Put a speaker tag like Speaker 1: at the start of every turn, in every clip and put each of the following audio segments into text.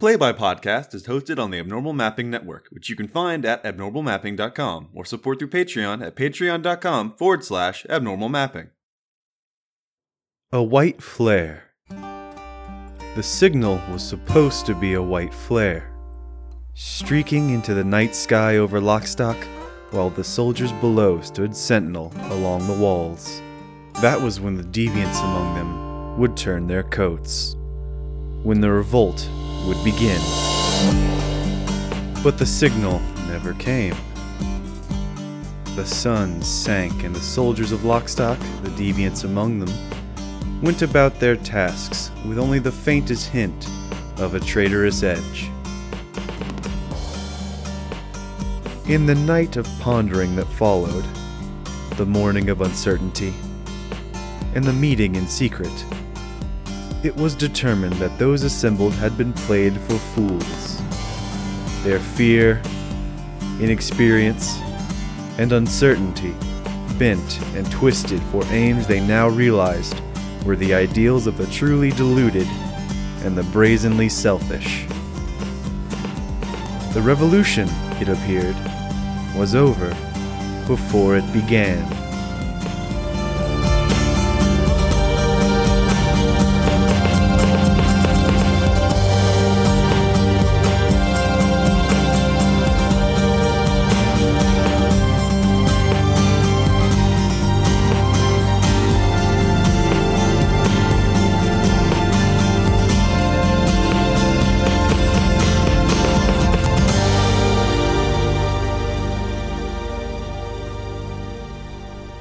Speaker 1: Play by Podcast is hosted on the Abnormal Mapping Network, which you can find at abnormalmapping.com or support through Patreon at patreon.com forward slash abnormal mapping.
Speaker 2: A white flare. The signal was supposed to be a white flare, streaking into the night sky over Lockstock while the soldiers below stood sentinel along the walls. That was when the deviants among them would turn their coats, when the revolt would begin. But the signal never came. The sun sank, and the soldiers of Lockstock, the deviants among them, went about their tasks with only the faintest hint of a traitorous edge. In the night of pondering that followed, the morning of uncertainty, and the meeting in secret, it was determined that those assembled had been played for fools. Their fear, inexperience, and uncertainty bent and twisted for aims they now realized were the ideals of the truly deluded and the brazenly selfish. The revolution, it appeared, was over before it began.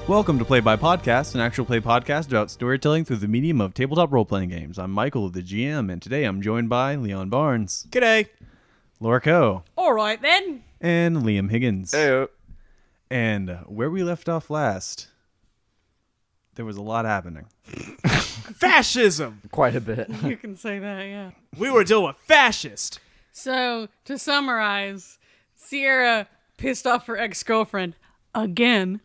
Speaker 3: Welcome to Play by Podcast, an actual play podcast about storytelling through the medium of tabletop role playing games. I'm Michael, the GM, and today I'm joined by Leon Barnes,
Speaker 4: G'day.
Speaker 3: Laura Coe,
Speaker 5: All right then.
Speaker 3: and Liam Higgins. And uh, where we left off last, there was a lot happening.
Speaker 4: Fascism.
Speaker 6: Quite a bit.
Speaker 5: You can say that, yeah.
Speaker 4: We were dealing with fascist.
Speaker 5: So to summarize, Sierra pissed off her ex girlfriend again,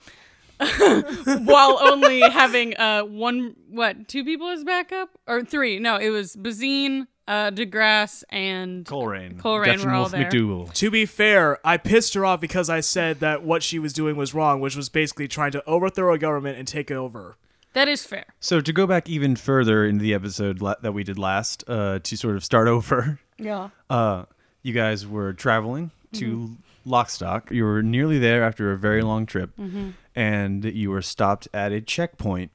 Speaker 5: while only having uh one what two people as backup or three? No, it was Bazine, uh, DeGrasse, and
Speaker 3: Coleraine.
Speaker 5: Coleraine were all
Speaker 3: Wolf
Speaker 5: there.
Speaker 3: McDougal.
Speaker 4: To be fair, I pissed her off because I said that what she was doing was wrong, which was basically trying to overthrow a government and take it over.
Speaker 5: That is fair.
Speaker 3: So to go back even further into the episode la- that we did last, uh, to sort of start over,
Speaker 5: Yeah.
Speaker 3: uh, you guys were traveling to Lockstock. You were nearly there after a very long trip, and you were stopped at a checkpoint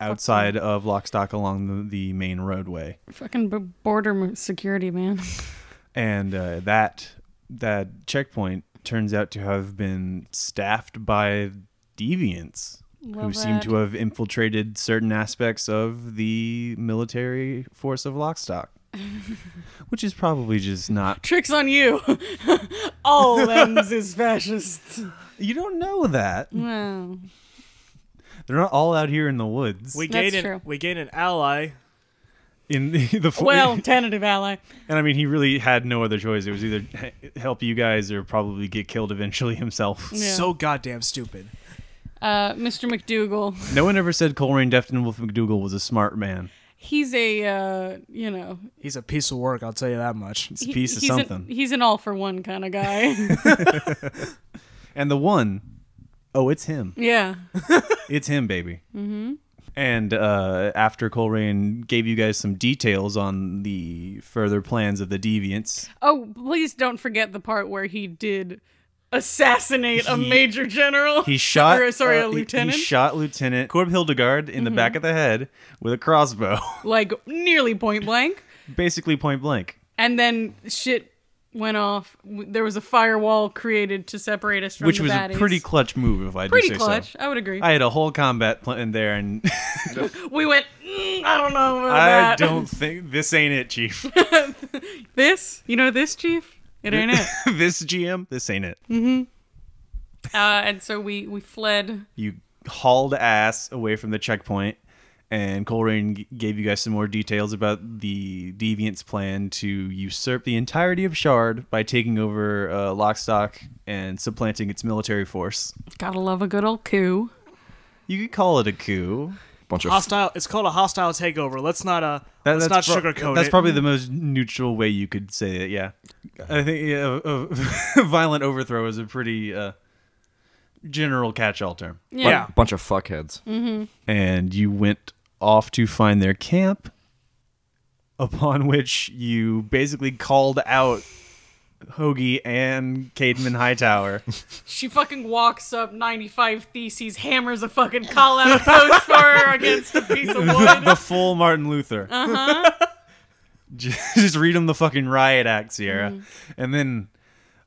Speaker 3: outside of Lockstock along the, the main roadway.
Speaker 5: Fucking b- border m- security man.
Speaker 3: And uh, that that checkpoint turns out to have been staffed by deviants who
Speaker 5: Love
Speaker 3: seem
Speaker 5: that.
Speaker 3: to have infiltrated certain aspects of the military force of Lockstock. Which is probably just not.
Speaker 5: Tricks on you. all ends is fascist.
Speaker 3: You don't know that.
Speaker 5: Wow.
Speaker 3: They're not all out here in the woods.
Speaker 4: We
Speaker 5: That's
Speaker 4: gained an,
Speaker 5: true.
Speaker 4: we gained an ally.
Speaker 3: in the, the fo-
Speaker 5: Well, tentative ally.
Speaker 3: and I mean, he really had no other choice. It was either h- help you guys or probably get killed eventually himself.
Speaker 5: Yeah.
Speaker 4: So goddamn stupid.
Speaker 5: Uh, Mr. McDougal.
Speaker 3: No one ever said Coleraine Defton Wolf McDougal was a smart man.
Speaker 5: he's a uh, you know
Speaker 4: He's a piece of work, I'll tell you that much.
Speaker 3: It's a
Speaker 5: he-
Speaker 3: piece of
Speaker 5: he's an-
Speaker 3: something.
Speaker 5: he's an all for one kind of guy.
Speaker 3: and the one, oh, it's him.
Speaker 5: yeah,
Speaker 3: It's him, baby. Mm-hmm. And uh, after Coleraine gave you guys some details on the further plans of the deviants,
Speaker 5: Oh, please don't forget the part where he did assassinate a major general.
Speaker 3: he shot.
Speaker 5: or, sorry,
Speaker 3: uh,
Speaker 5: a
Speaker 3: he-
Speaker 5: lieutenant. Mm-hmm.
Speaker 3: He, shot Lieutenant Corb Hildegard in the back of the head with a crossbow,
Speaker 5: like nearly point blank,
Speaker 3: basically point blank.
Speaker 5: and then shit went off. W- There was a firewall created to separate us from
Speaker 3: which
Speaker 5: the
Speaker 3: was
Speaker 5: baddies.
Speaker 3: a pretty clutch move if I do
Speaker 5: Pretty
Speaker 3: say
Speaker 5: clutch.
Speaker 3: so.
Speaker 5: I would agree.
Speaker 3: I had a whole combat plan there, and
Speaker 5: we went. Mm, I don't know about
Speaker 3: I
Speaker 5: that.
Speaker 3: don't think this ain't it, Chief.
Speaker 5: This, you know, this chief. It ain't it.
Speaker 3: this GM, this ain't it.
Speaker 5: Uh, and so we we fled.
Speaker 3: You hauled ass away from the checkpoint, and Coleraine g- gave you guys some more details about the Deviant's plan to usurp the entirety of Shard by taking over uh, Lockstock and supplanting its military force.
Speaker 5: Gotta love a good old coup.
Speaker 3: You could call it a coup.
Speaker 6: bunch of
Speaker 4: Hostile. It's called a hostile takeover. Let's not uh.
Speaker 3: That-
Speaker 4: let's not
Speaker 3: pro-
Speaker 4: sugarcoat
Speaker 3: That's
Speaker 4: it.
Speaker 3: probably the most neutral way you could say it. Yeah, I think yeah, a, a violent overthrow is a pretty uh, general catch-all term.
Speaker 6: bu-
Speaker 4: yeah.
Speaker 6: bunch of fuckheads.
Speaker 3: And you went off to find their camp, upon which you basically called out Hoagie and Cademan Hightower.
Speaker 5: She fucking walks up 95 Theses, hammers a fucking call out post for her against a piece of wood.
Speaker 3: the full Martin Luther. Uh huh.
Speaker 5: Uh-huh.
Speaker 3: Just read him the fucking riot act, Sierra,
Speaker 5: Mm-hmm.
Speaker 3: and then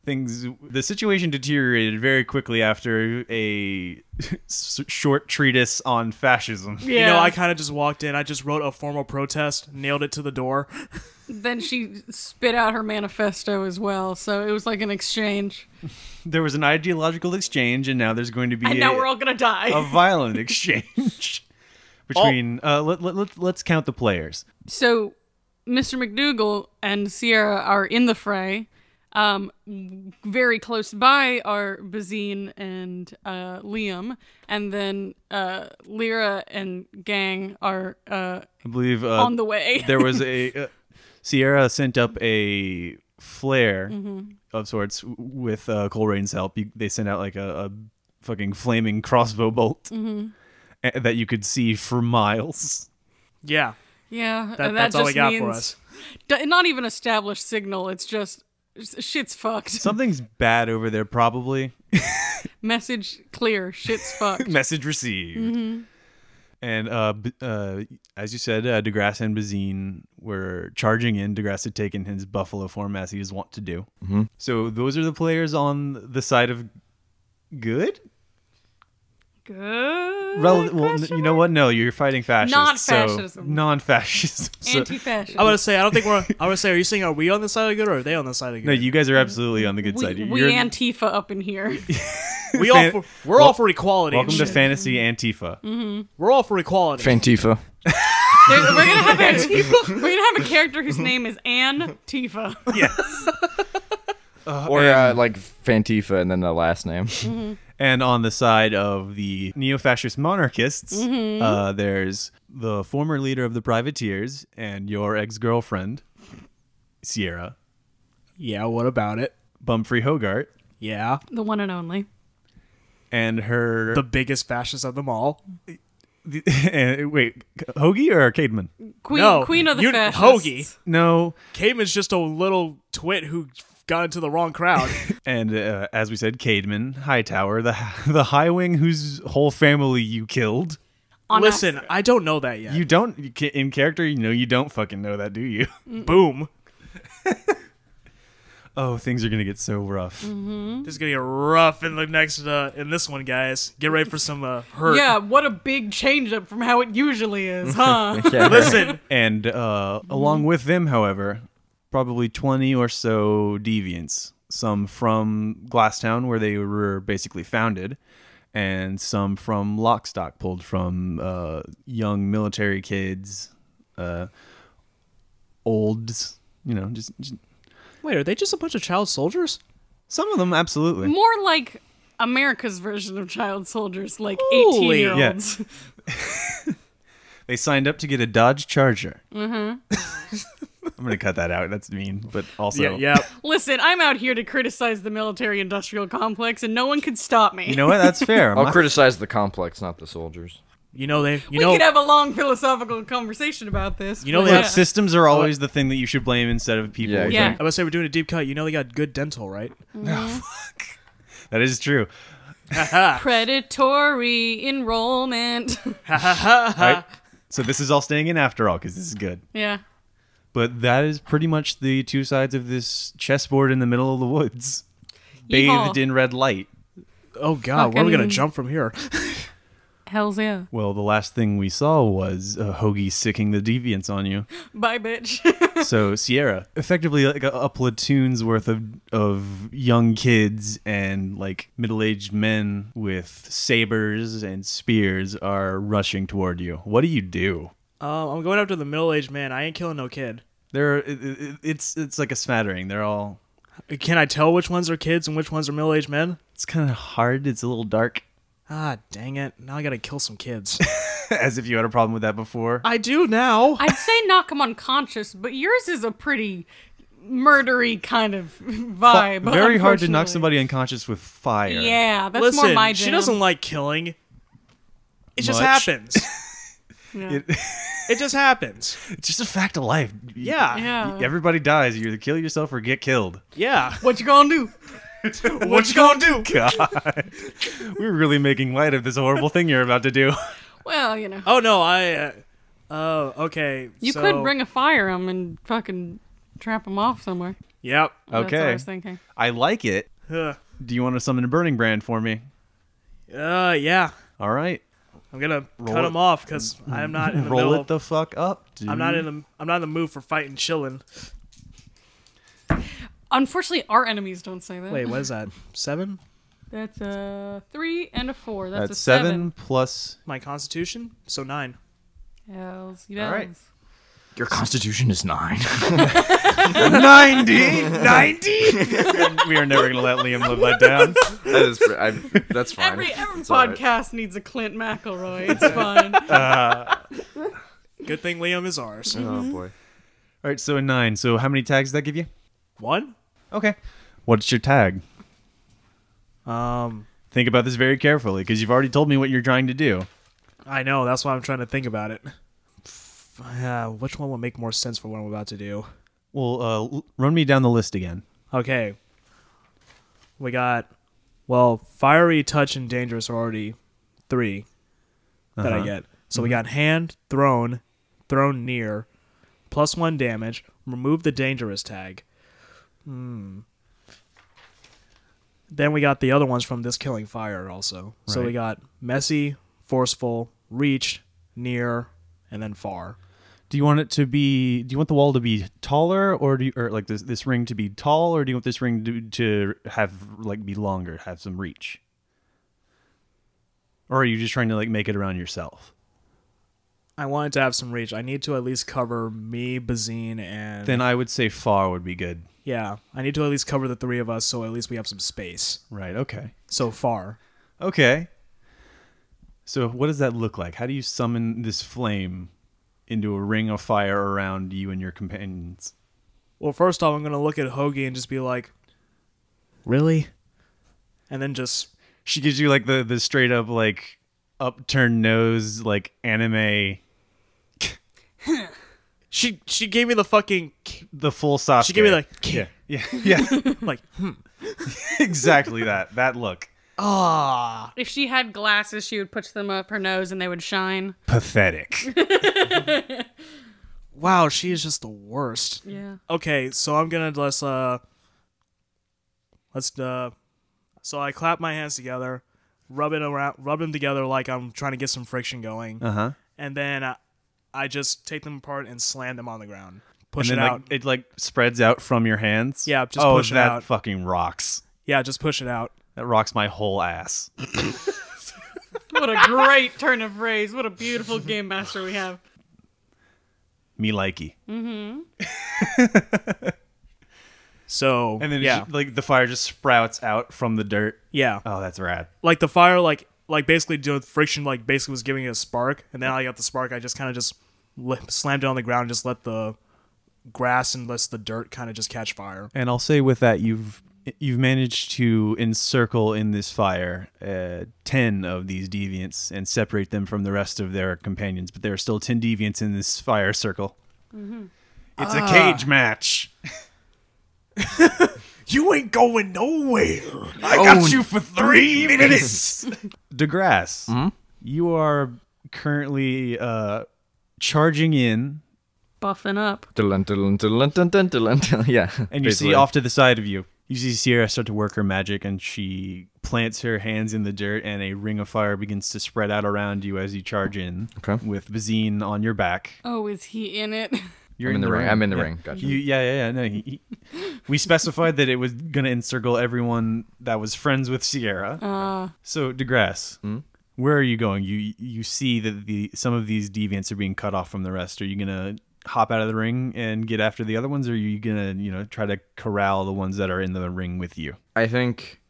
Speaker 3: things. The situation deteriorated very quickly after a s- short treatise on fascism.
Speaker 5: Yeah.
Speaker 4: You know, I kind of just walked in. I just wrote a formal protest, nailed it to the door.
Speaker 5: then she spit out her manifesto as well. So it was like an exchange.
Speaker 3: There was an ideological exchange, and now there's going to be
Speaker 5: And
Speaker 3: a,
Speaker 5: now we're all gonna die.
Speaker 3: a violent exchange between. Uh, let, let, let, let's count the players.
Speaker 5: so Mr. McDougal and Sierra are in the fray. Um, very close by are Bazine and uh, Liam, and then uh, Lyra and gang are uh,
Speaker 3: I believe uh,
Speaker 5: on the way.
Speaker 3: there was a uh, Sierra sent up a flare of sorts w- with uh, Colerain's help. You, they sent out like a, a fucking flaming crossbow bolt a- that you could see for miles.
Speaker 4: Yeah,
Speaker 5: yeah,
Speaker 4: that,
Speaker 5: and that
Speaker 4: that's all
Speaker 5: just
Speaker 4: we got
Speaker 5: means
Speaker 4: for us.
Speaker 5: d- not even established signal. It's just s- shit's fucked.
Speaker 3: Something's bad over there, probably.
Speaker 5: Message clear. Shit's fucked.
Speaker 3: Message received. And uh, B- uh, as you said, uh, DeGrasse and Bazine were charging in. DeGrasse had taken his buffalo form as he is wont to do. So those are the players on the side of good.
Speaker 5: Good.
Speaker 3: Rel- well, n-
Speaker 5: question
Speaker 3: you know what? No, you're fighting fascists. So
Speaker 5: Non-fascism.
Speaker 3: non-fascism. So-
Speaker 5: Anti-fascist.
Speaker 4: I want to say I don't think we're. I want to say, are you saying are we on the side of good or are they on the side of
Speaker 3: no,
Speaker 4: good?
Speaker 3: you guys are absolutely on the good
Speaker 5: we,
Speaker 3: side.
Speaker 5: we
Speaker 3: You're-
Speaker 5: Antifa up in here.
Speaker 4: we all
Speaker 3: fan-
Speaker 4: for, we're all for equality. and
Speaker 3: welcome to
Speaker 4: shit.
Speaker 3: fantasy Antifa.
Speaker 5: Mm-hmm.
Speaker 4: we're all for equality.
Speaker 6: Fantifa.
Speaker 5: There- we're gonna have Antifa. We're gonna have a character whose name is Anne Tifa.
Speaker 6: Or uh, like Fantifa and then the last name.
Speaker 3: And on the side of the neo-fascist monarchists,
Speaker 5: Mm-hmm.
Speaker 3: uh, there's the former leader of the privateers and your ex-girlfriend, Sierra
Speaker 4: yeah, what about it?
Speaker 3: Bumfrey Hogart,
Speaker 4: Yeah,
Speaker 5: The one and only.
Speaker 3: and her.
Speaker 4: the biggest fascist of them all.
Speaker 3: and- wait, Hoagie or Cademan?
Speaker 5: Queen,
Speaker 4: No,
Speaker 5: queen of the
Speaker 4: you-
Speaker 5: fascists.
Speaker 4: Hoagie.
Speaker 3: No,
Speaker 4: Cayman's just a little twit who got into the wrong crowd.
Speaker 3: And uh, as we said, Cademan, Hightower, the the High Wing, whose whole family you killed.
Speaker 5: On
Speaker 4: Listen,
Speaker 5: accident.
Speaker 4: I don't know that yet.
Speaker 3: You don't you ca- in character. You know you don't fucking know that, do you?
Speaker 4: boom.
Speaker 3: Oh, things are gonna get so rough.
Speaker 5: Mm-hmm.
Speaker 4: This is gonna get rough in the next uh, in this one, guys. Get ready for some uh, hurt.
Speaker 5: yeah, what a big change up from how it usually is, huh?
Speaker 4: Listen,
Speaker 3: And uh, along with them, however, probably twenty or so deviants. Some from Glasstown, where they were basically founded, and some from Lockstock, pulled from uh, young military kids, uh, olds. You know, just- just
Speaker 4: wait, are they just a bunch of child soldiers?
Speaker 3: Some of them, absolutely.
Speaker 5: More like America's version of child soldiers, like
Speaker 4: Holy-
Speaker 5: eighteen-year-olds.
Speaker 3: They signed up to get a Dodge Charger. Mm-hmm. I'm gonna cut that out. That's mean, but also,
Speaker 4: Yeah, yeah.
Speaker 5: Listen, I'm out here to criticize the military-industrial complex, and no one can stop me.
Speaker 3: You know what? That's fair. I'm
Speaker 6: I'll
Speaker 3: not-
Speaker 6: criticize the complex, not the soldiers.
Speaker 4: You know they. You
Speaker 5: we
Speaker 4: know.
Speaker 5: could have a long philosophical conversation about this.
Speaker 4: You know
Speaker 5: but-
Speaker 4: they have
Speaker 5: Yeah.
Speaker 3: systems are always the thing that you should blame instead of people.
Speaker 6: Yeah,
Speaker 5: Yeah.
Speaker 4: I must say we're doing a deep cut. You know they got good dental, right?
Speaker 3: That is true.
Speaker 5: predatory enrollment.
Speaker 3: Right? so this is all staying in after all because this is good.
Speaker 5: yeah.
Speaker 3: But that is pretty much the two sides of this chessboard in the middle of the woods,
Speaker 5: Yeehaw.
Speaker 3: bathed in red light.
Speaker 4: Oh God, where are we gonna
Speaker 5: Fucking-
Speaker 4: jump from here?
Speaker 5: Hell's yeah.
Speaker 3: Well, the last thing we saw was uh, Hoagie sicking the deviants on you.
Speaker 5: Bye, bitch.
Speaker 3: so Sierra, effectively like a, a platoon's worth of of young kids and like middle aged men with sabers and spears are rushing toward you. What do you do?
Speaker 4: Um, I'm going after the middle-aged man. I ain't killing no kid.
Speaker 3: There, it, it, it's it's like a smattering. They're all.
Speaker 4: Can I tell which ones are kids and which ones are middle-aged men?
Speaker 3: It's kind of hard. It's a little dark.
Speaker 4: Ah, dang it! Now I gotta kill some kids.
Speaker 3: As if you had a problem with that before.
Speaker 4: I do now.
Speaker 5: I'd say knock him unconscious, but yours is a pretty murdery kind of vibe.
Speaker 3: Very hard to knock
Speaker 5: unfortunately.
Speaker 3: somebody unconscious with fire.
Speaker 5: Yeah, that's
Speaker 4: Listen,
Speaker 5: more my jam.
Speaker 4: she doesn't like killing. It just
Speaker 3: Much.
Speaker 4: happens.
Speaker 5: Yeah.
Speaker 3: It-
Speaker 4: it just happens.
Speaker 3: It's just a fact of life. Y-
Speaker 4: Yeah.
Speaker 3: y-
Speaker 5: Yeah.
Speaker 3: Everybody dies. You either kill yourself or get killed.
Speaker 4: Yeah.
Speaker 5: What you gonna do?
Speaker 4: What you gonna do?
Speaker 3: God. We're really making light of this horrible thing you're about to do.
Speaker 5: Well, you know,
Speaker 4: Oh no, I. Uh, oh, okay.
Speaker 5: you
Speaker 4: so-
Speaker 5: could bring a fire him and fucking trap him off somewhere.
Speaker 4: Yep.
Speaker 5: That's what I
Speaker 3: Okay.
Speaker 5: was thinking.
Speaker 3: I like it.
Speaker 4: Ugh.
Speaker 3: Do you want to summon a burning brand for me?
Speaker 4: Uh, yeah.
Speaker 3: All right.
Speaker 4: I'm gonna
Speaker 3: Roll
Speaker 4: cut
Speaker 3: it.
Speaker 4: him off because I'm not in the
Speaker 3: Roll
Speaker 4: middle.
Speaker 3: it the fuck up, dude.
Speaker 4: I'm not in the. I'm not in the mood for fighting, chilling.
Speaker 5: Unfortunately, our enemies don't say that.
Speaker 4: Wait, what is that? Seven?
Speaker 5: That's a three and a four. That's,
Speaker 3: That's
Speaker 5: a
Speaker 3: seven plus.
Speaker 4: My constitution? So nine.
Speaker 5: seven. Hells,
Speaker 3: All right.
Speaker 5: yes.
Speaker 6: Your constitution is nine.
Speaker 3: 90! 90! we are never going to let Liam live that down.
Speaker 6: that is. pre- I, that's fine.
Speaker 5: Every, every
Speaker 6: It's all right.
Speaker 5: podcast needs a Clint McElroy. It's fine.
Speaker 4: Good thing Liam is ours.
Speaker 6: Oh boy.
Speaker 3: All right, so a nine. So how many tags did that give you?
Speaker 4: One?
Speaker 3: Okay. What's your tag?
Speaker 4: Um,
Speaker 3: Think about this very carefully because you've already told me what you're trying to do.
Speaker 4: I know. That's why I'm trying to think about it. F- Uh, which one would make more sense for what I'm about to do?
Speaker 3: Well, uh, l- run me down the list again.
Speaker 4: Okay. We got, well, fiery, touch, and dangerous are already three that I
Speaker 3: Uh-huh.
Speaker 4: get. So we got hand, thrown, thrown near, plus one damage, remove the dangerous tag. Hmm. Then we got the other ones from this killing fire also. So we
Speaker 3: Right.
Speaker 4: got messy, forceful, reach, near, and then far.
Speaker 3: Do you want it to be? Do you want the wall to be taller, or do you, or like this this ring to be tall, or do you want this ring to to have like be longer, have some reach? Or are you just trying to like make it around yourself?
Speaker 4: I wanted to have some reach. I need to at least cover me, Bazine, and
Speaker 3: Then I would say far would be good.
Speaker 4: Yeah, I need to at least cover the three of us, so at least we have some space
Speaker 3: Right. Okay.
Speaker 4: so far.
Speaker 3: Okay. So what does that look like? How do you summon this flame into a ring of fire around you and your companions?
Speaker 4: Well, first off, I'm gonna look at Hoagie and just be like, "Really?" And then just
Speaker 3: She gives you like the the straight up like upturned nose like anime
Speaker 4: she she gave me the fucking
Speaker 3: the full sauce.
Speaker 4: she gave me like
Speaker 3: yeah yeah yeah.
Speaker 4: like
Speaker 3: exactly that that look
Speaker 4: ah
Speaker 5: if she had glasses, she would push them up her nose and they would shine.
Speaker 3: pathetic
Speaker 4: wow she is just the worst.
Speaker 5: Yeah.
Speaker 4: Okay, so I'm gonna let's uh let's uh so I clap my hands together, rub it around, rub them together like I'm trying to get some friction going.
Speaker 3: uh-huh
Speaker 4: and then I, I just take them apart and slam them on the ground,
Speaker 3: and
Speaker 4: push
Speaker 3: then
Speaker 4: it
Speaker 3: like
Speaker 4: out.
Speaker 3: it like spreads out from your hands
Speaker 4: Yeah, just
Speaker 3: oh
Speaker 4: push it
Speaker 3: that
Speaker 4: out.
Speaker 3: fucking rocks
Speaker 4: yeah, just push it out.
Speaker 3: that rocks my whole ass
Speaker 5: What a great turn of phrase. What a beautiful game master we have.
Speaker 3: me likey
Speaker 4: So
Speaker 3: and then it
Speaker 4: yeah,
Speaker 3: ju- like the fire just sprouts out from the dirt
Speaker 4: yeah,
Speaker 3: oh that's rad
Speaker 4: like the fire, like like basically doing friction, like basically was giving it a spark, and then I got the spark. I just kind of just li- slammed it on the ground, and just let the grass and let the dirt kind of just catch fire.
Speaker 3: and i'll say with that you've you've managed to encircle in this fire uh, 10 of these deviants and separate them from the rest of their companions but there are still 10 deviants in this fire circle it's a cage match
Speaker 4: You ain't going nowhere.
Speaker 3: I got you for three minutes. DeGrasse, you are currently uh, charging in,
Speaker 5: Buffing up.
Speaker 6: Dun, dun, dun, dun, dun, dun, dun. Yeah.
Speaker 3: and you
Speaker 6: basically.
Speaker 3: see off to the side of you. You see Sierra start to work her magic, and she plants her hands in the dirt, and a ring of fire begins to spread out around you as you charge in.
Speaker 6: Okay.
Speaker 3: With Bazine on your back,
Speaker 5: Oh, is he in it?
Speaker 3: you're
Speaker 6: in the ring. I'm in the
Speaker 3: Yeah.
Speaker 6: ring. Gotcha.
Speaker 3: You, yeah, yeah, yeah. No, he, he, we specified that it was gonna encircle everyone that was friends with Sierra. So DeGrasse, where are you going? You you see that the some of these deviants are being cut off from the rest. Are you gonna hop out of the ring and get after the other ones, or are you gonna you know try to corral the ones that are in the ring with you?
Speaker 6: I think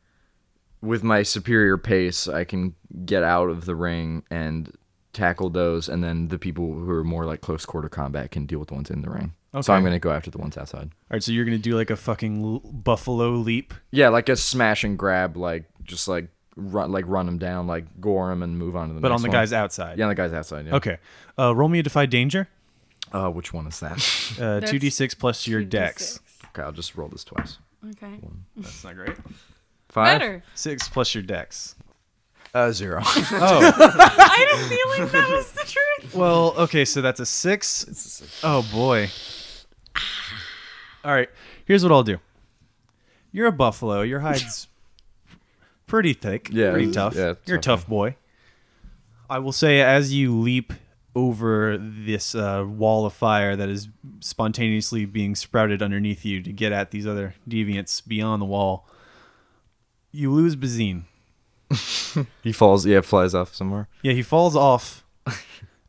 Speaker 6: with my superior pace, I can get out of the ring and tackle those, and then the people who are more like close quarter combat can deal with the ones in the ring. So I'm
Speaker 3: Okay.
Speaker 6: gonna go after the ones outside.
Speaker 3: All right, so you're gonna do like a fucking l- buffalo leap.
Speaker 6: Yeah, like a smash and grab, like just like run, like run them down, like gore them and move on to the.
Speaker 3: But
Speaker 6: next
Speaker 3: on the
Speaker 6: one.
Speaker 3: guys outside.
Speaker 6: Yeah, on the guys outside. Yeah.
Speaker 3: Okay. Uh, roll me a defy danger.
Speaker 6: Uh, which one is that?
Speaker 3: Uh,
Speaker 5: That's
Speaker 3: 2d6 plus your dex.
Speaker 6: okay, I'll just roll this twice.
Speaker 5: Okay.
Speaker 3: That's not great.
Speaker 6: Five.
Speaker 5: Better.
Speaker 3: 6 plus your dex.
Speaker 6: Uh, zero.
Speaker 5: I had a feeling that was the truth.
Speaker 3: Well, okay, so that's a 6. Oh boy. All right. Here's what I'll do. You're a buffalo. Your hide's pretty thick.
Speaker 6: Yeah,
Speaker 3: Pretty
Speaker 6: it's-
Speaker 3: tough.
Speaker 6: yeah, it's
Speaker 3: You're a tough boy. I will say, as you leap over this uh, wall of fire that is spontaneously being sprouted underneath you to get at these other deviants beyond the wall, you lose Bazine.
Speaker 6: he falls. Yeah, flies off somewhere.
Speaker 3: Yeah, he falls off.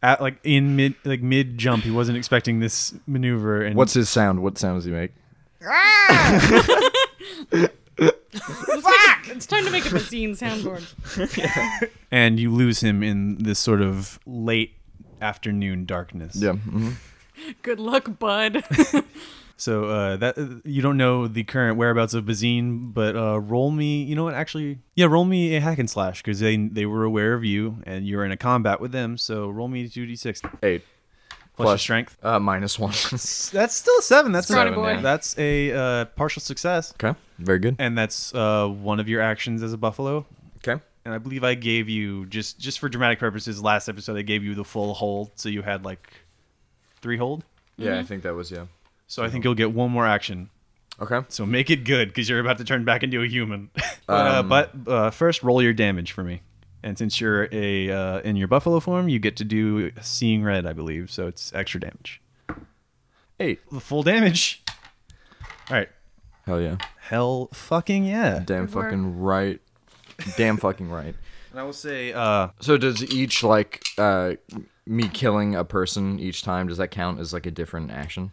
Speaker 3: At like in mid like mid jump, he wasn't expecting this maneuver. And
Speaker 6: What's his sound? What sound does he make?
Speaker 5: It's time to make up a scene soundboard.
Speaker 3: and you lose him in this sort of late afternoon darkness.
Speaker 6: Yeah. hmm
Speaker 5: Good luck, bud.
Speaker 3: So uh, that you don't know the current whereabouts of Bazine, but uh, roll me. You know what? Actually, yeah, roll me a hack and slash because they they were aware of you and you're in a combat with them. So roll me two d six plus,
Speaker 6: Eight.
Speaker 3: your
Speaker 6: Plus.
Speaker 3: strength.
Speaker 6: Uh, minus one.
Speaker 3: That's still a seven. That's
Speaker 5: Scrawny
Speaker 3: a,
Speaker 5: boy.
Speaker 3: That's a uh, partial success,
Speaker 6: okay. Very good.
Speaker 3: and that's uh, one of your actions as a buffalo.
Speaker 6: Okay.
Speaker 3: And I believe I gave you just just for dramatic purposes. Last episode, I gave you the full hold, so you had like three hold.
Speaker 6: Yeah, I think that was yeah.
Speaker 3: So I think you'll get one more action.
Speaker 6: Okay.
Speaker 3: So make it good because you're about to turn back into a human. but uh, but uh, first, roll your damage for me. And since you're a uh, in your buffalo form, you get to do seeing red, I believe. So it's extra damage.
Speaker 6: Eight.
Speaker 3: The full damage. All right.
Speaker 6: Hell yeah.
Speaker 3: Hell fucking yeah.
Speaker 6: Damn
Speaker 5: Good work.
Speaker 6: fucking right. Damn fucking right.
Speaker 3: And I will say, uh,
Speaker 6: So does each like uh me killing a person each time does that count as like a different action?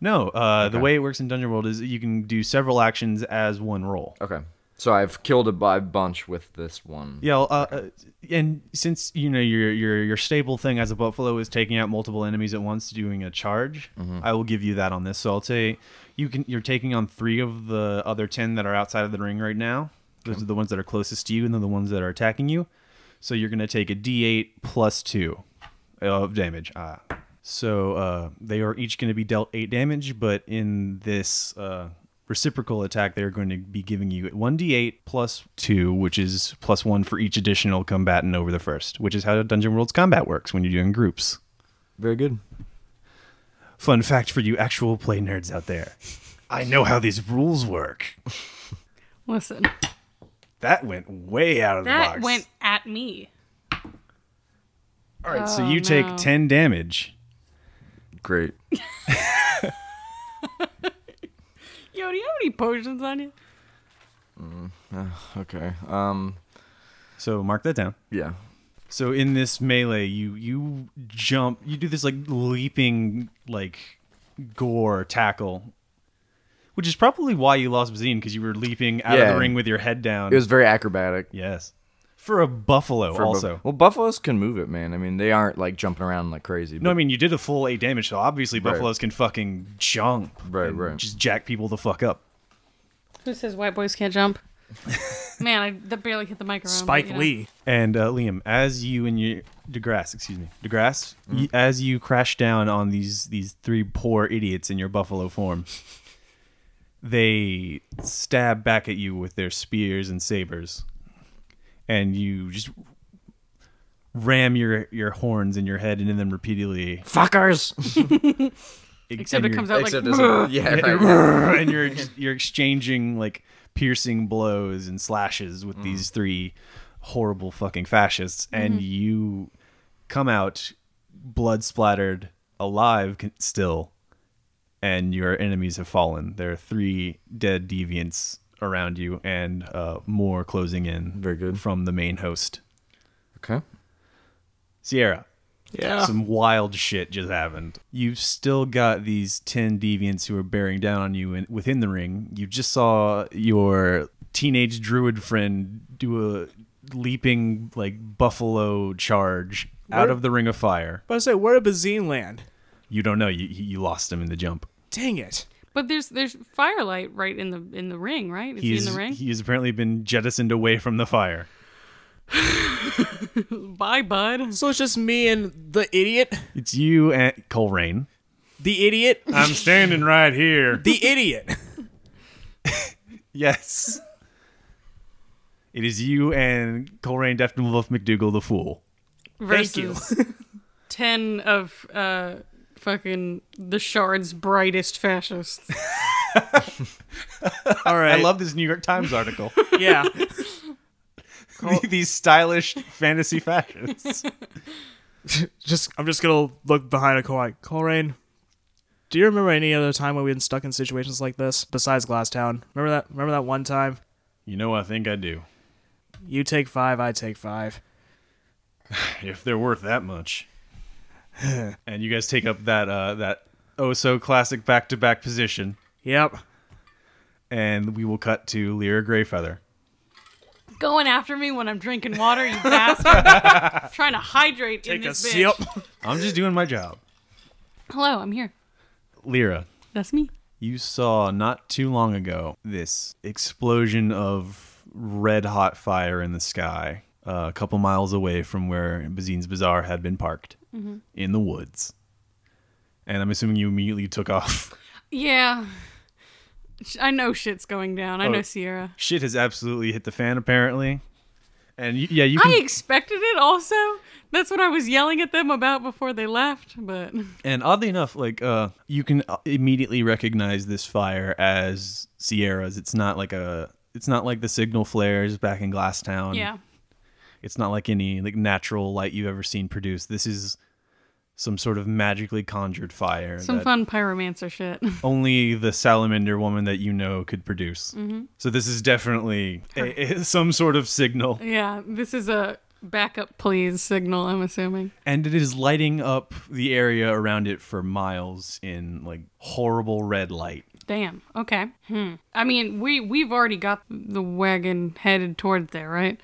Speaker 3: no. Uh, The way it works in Dungeon World is you can do several actions as one roll.
Speaker 6: Okay. So I've killed a bu- bunch with this one.
Speaker 3: Yeah, well, uh, uh, and since you know your your your staple thing as a buffalo is taking out multiple enemies at once, doing a charge, I will give you that on this. So I'll say you can you're taking on three of the other ten that are outside of the ring right now. Those are the ones that are closest to you, and they're the ones that are attacking you. So you're gonna take a D8 plus two of damage. Ah. So uh, they are each going to be dealt eight damage, but in this uh, reciprocal attack, they're going to be giving you one d8 plus two, which is plus one for each additional combatant over the first, which is how Dungeon World's combat works when you're doing groups.
Speaker 6: Very good.
Speaker 3: Fun fact for you actual play nerds out there: I know how these rules work.
Speaker 5: Listen,
Speaker 3: That went way out of the
Speaker 5: that
Speaker 3: box.
Speaker 5: went at me.
Speaker 3: All right, so
Speaker 5: Oh,
Speaker 3: you take
Speaker 5: no.
Speaker 3: ten damage.
Speaker 6: Great.
Speaker 5: Yo, do you have any potions on you?
Speaker 6: Okay. Um
Speaker 3: So mark that down.
Speaker 6: yeah.
Speaker 3: So in this melee, you you jump, you do this like leaping like gore tackle, which is probably why you lost Bazine because you were leaping out of
Speaker 6: Yeah.
Speaker 3: the ring with your head down.
Speaker 6: It was very acrobatic.
Speaker 3: yes, for a buffalo
Speaker 6: for bu-
Speaker 3: also.
Speaker 6: well, buffaloes can move it, man. I mean, they aren't like jumping around like crazy.
Speaker 3: no, I
Speaker 6: but-
Speaker 3: mean you did a full eight damage, so obviously
Speaker 6: Right.
Speaker 3: buffaloes can fucking jump,
Speaker 6: Right,
Speaker 3: and
Speaker 6: right.
Speaker 3: just jack people the fuck up.
Speaker 5: Who says white boys can't jump? Man, I that barely hit the microphone. but,
Speaker 4: Spike
Speaker 5: you know.
Speaker 4: Lee.
Speaker 3: And uh, Liam, as you and your DeGrasse, excuse me, DeGrasse, y- as you crash down on these these three poor idiots in your buffalo form, they stab back at you with their spears and sabers, and you just ram your your horns in your head and in them repeatedly.
Speaker 6: fuckers.
Speaker 5: Except it comes out like
Speaker 6: Except it's like, yeah, right.
Speaker 3: and you're you're exchanging like piercing blows and slashes
Speaker 6: Mm-hmm.
Speaker 3: with these three horrible fucking fascists, and you come out blood splattered, alive con- still, and your enemies have fallen. There are three dead deviants around you, and uh, more closing in.
Speaker 6: Very good.
Speaker 3: from the main host,
Speaker 6: Okay.
Speaker 3: Sierra
Speaker 4: Yeah.
Speaker 3: some wild shit just happened. You've still got these 10 deviants who are bearing down on you in, within the ring. You just saw your teenage druid friend do a leaping, like, buffalo charge out of the ring of fire.
Speaker 4: But I say, where did Bazine land?
Speaker 3: You don't know. You you lost him in the jump.
Speaker 4: Dang it.
Speaker 5: But there's there's firelight right in the in the ring, right? Is
Speaker 3: He's
Speaker 5: he in the ring?
Speaker 3: he's apparently been jettisoned away from the fire.
Speaker 5: Bye, bud.
Speaker 4: So it's just me and the idiot.
Speaker 3: It's you and Colrain.
Speaker 4: The idiot.
Speaker 3: I'm standing right here.
Speaker 4: The idiot.
Speaker 3: Yes. It is you and Colrain Wolf McDougal the Fool.
Speaker 4: Thank you.
Speaker 5: Versus ten of uh fucking the shard's brightest fascists.
Speaker 4: All right.
Speaker 3: I love this New York Times article.
Speaker 4: Yeah.
Speaker 3: These stylish fantasy fashions.
Speaker 4: just I'm just gonna look behind a Kawhi. Colrain, do you remember any other time when we've been stuck in situations like this besides Glasstown? Remember that? Remember that one time?
Speaker 3: You know, I think I do.
Speaker 4: You take five, I take five.
Speaker 3: If they're worth that much. and you guys take up that uh, that oh so classic back to back position,
Speaker 4: Yep.
Speaker 3: and we will cut to Lyra Greyfeather.
Speaker 5: Going after me when I'm drinking water, you bastard. Trying to hydrate in
Speaker 4: Take a
Speaker 5: this bitch.
Speaker 4: sip.
Speaker 3: I'm just doing my job.
Speaker 5: Hello, I'm here.
Speaker 3: Lyra,
Speaker 5: That's me.
Speaker 3: you saw not too long ago this explosion of red hot fire in the sky uh, a couple miles away from where Bazine's Bazaar had been parked
Speaker 5: Mm-hmm.
Speaker 3: in the woods. And I'm assuming you immediately took off.
Speaker 5: Yeah. Sh- I know shit's going down. I
Speaker 3: Oh.
Speaker 5: know Sierra.
Speaker 3: Shit has absolutely hit the fan, apparently. And y yeah, you can.
Speaker 5: I expected it also. That's what I was yelling at them about before they left, but
Speaker 3: and oddly enough, like uh, you can uh, immediately recognize this fire as Sierra's. It's not like a. It's not like the signal flares back in Glasstown.
Speaker 5: yeah.
Speaker 3: It's not like any like natural light you've ever seen produced. This is some sort of magically conjured fire
Speaker 5: Some
Speaker 3: that
Speaker 5: fun pyromancer shit.
Speaker 3: only the salamander woman that you know could produce.
Speaker 5: Mm-hmm.
Speaker 3: So this is definitely a, a- some sort of signal,
Speaker 5: yeah, this is a backup please signal, I'm assuming.
Speaker 3: and it is lighting up the area around it for miles in like horrible red light.
Speaker 5: Damn. Okay. Hmm. I mean, we we've already got the wagon headed toward there, right?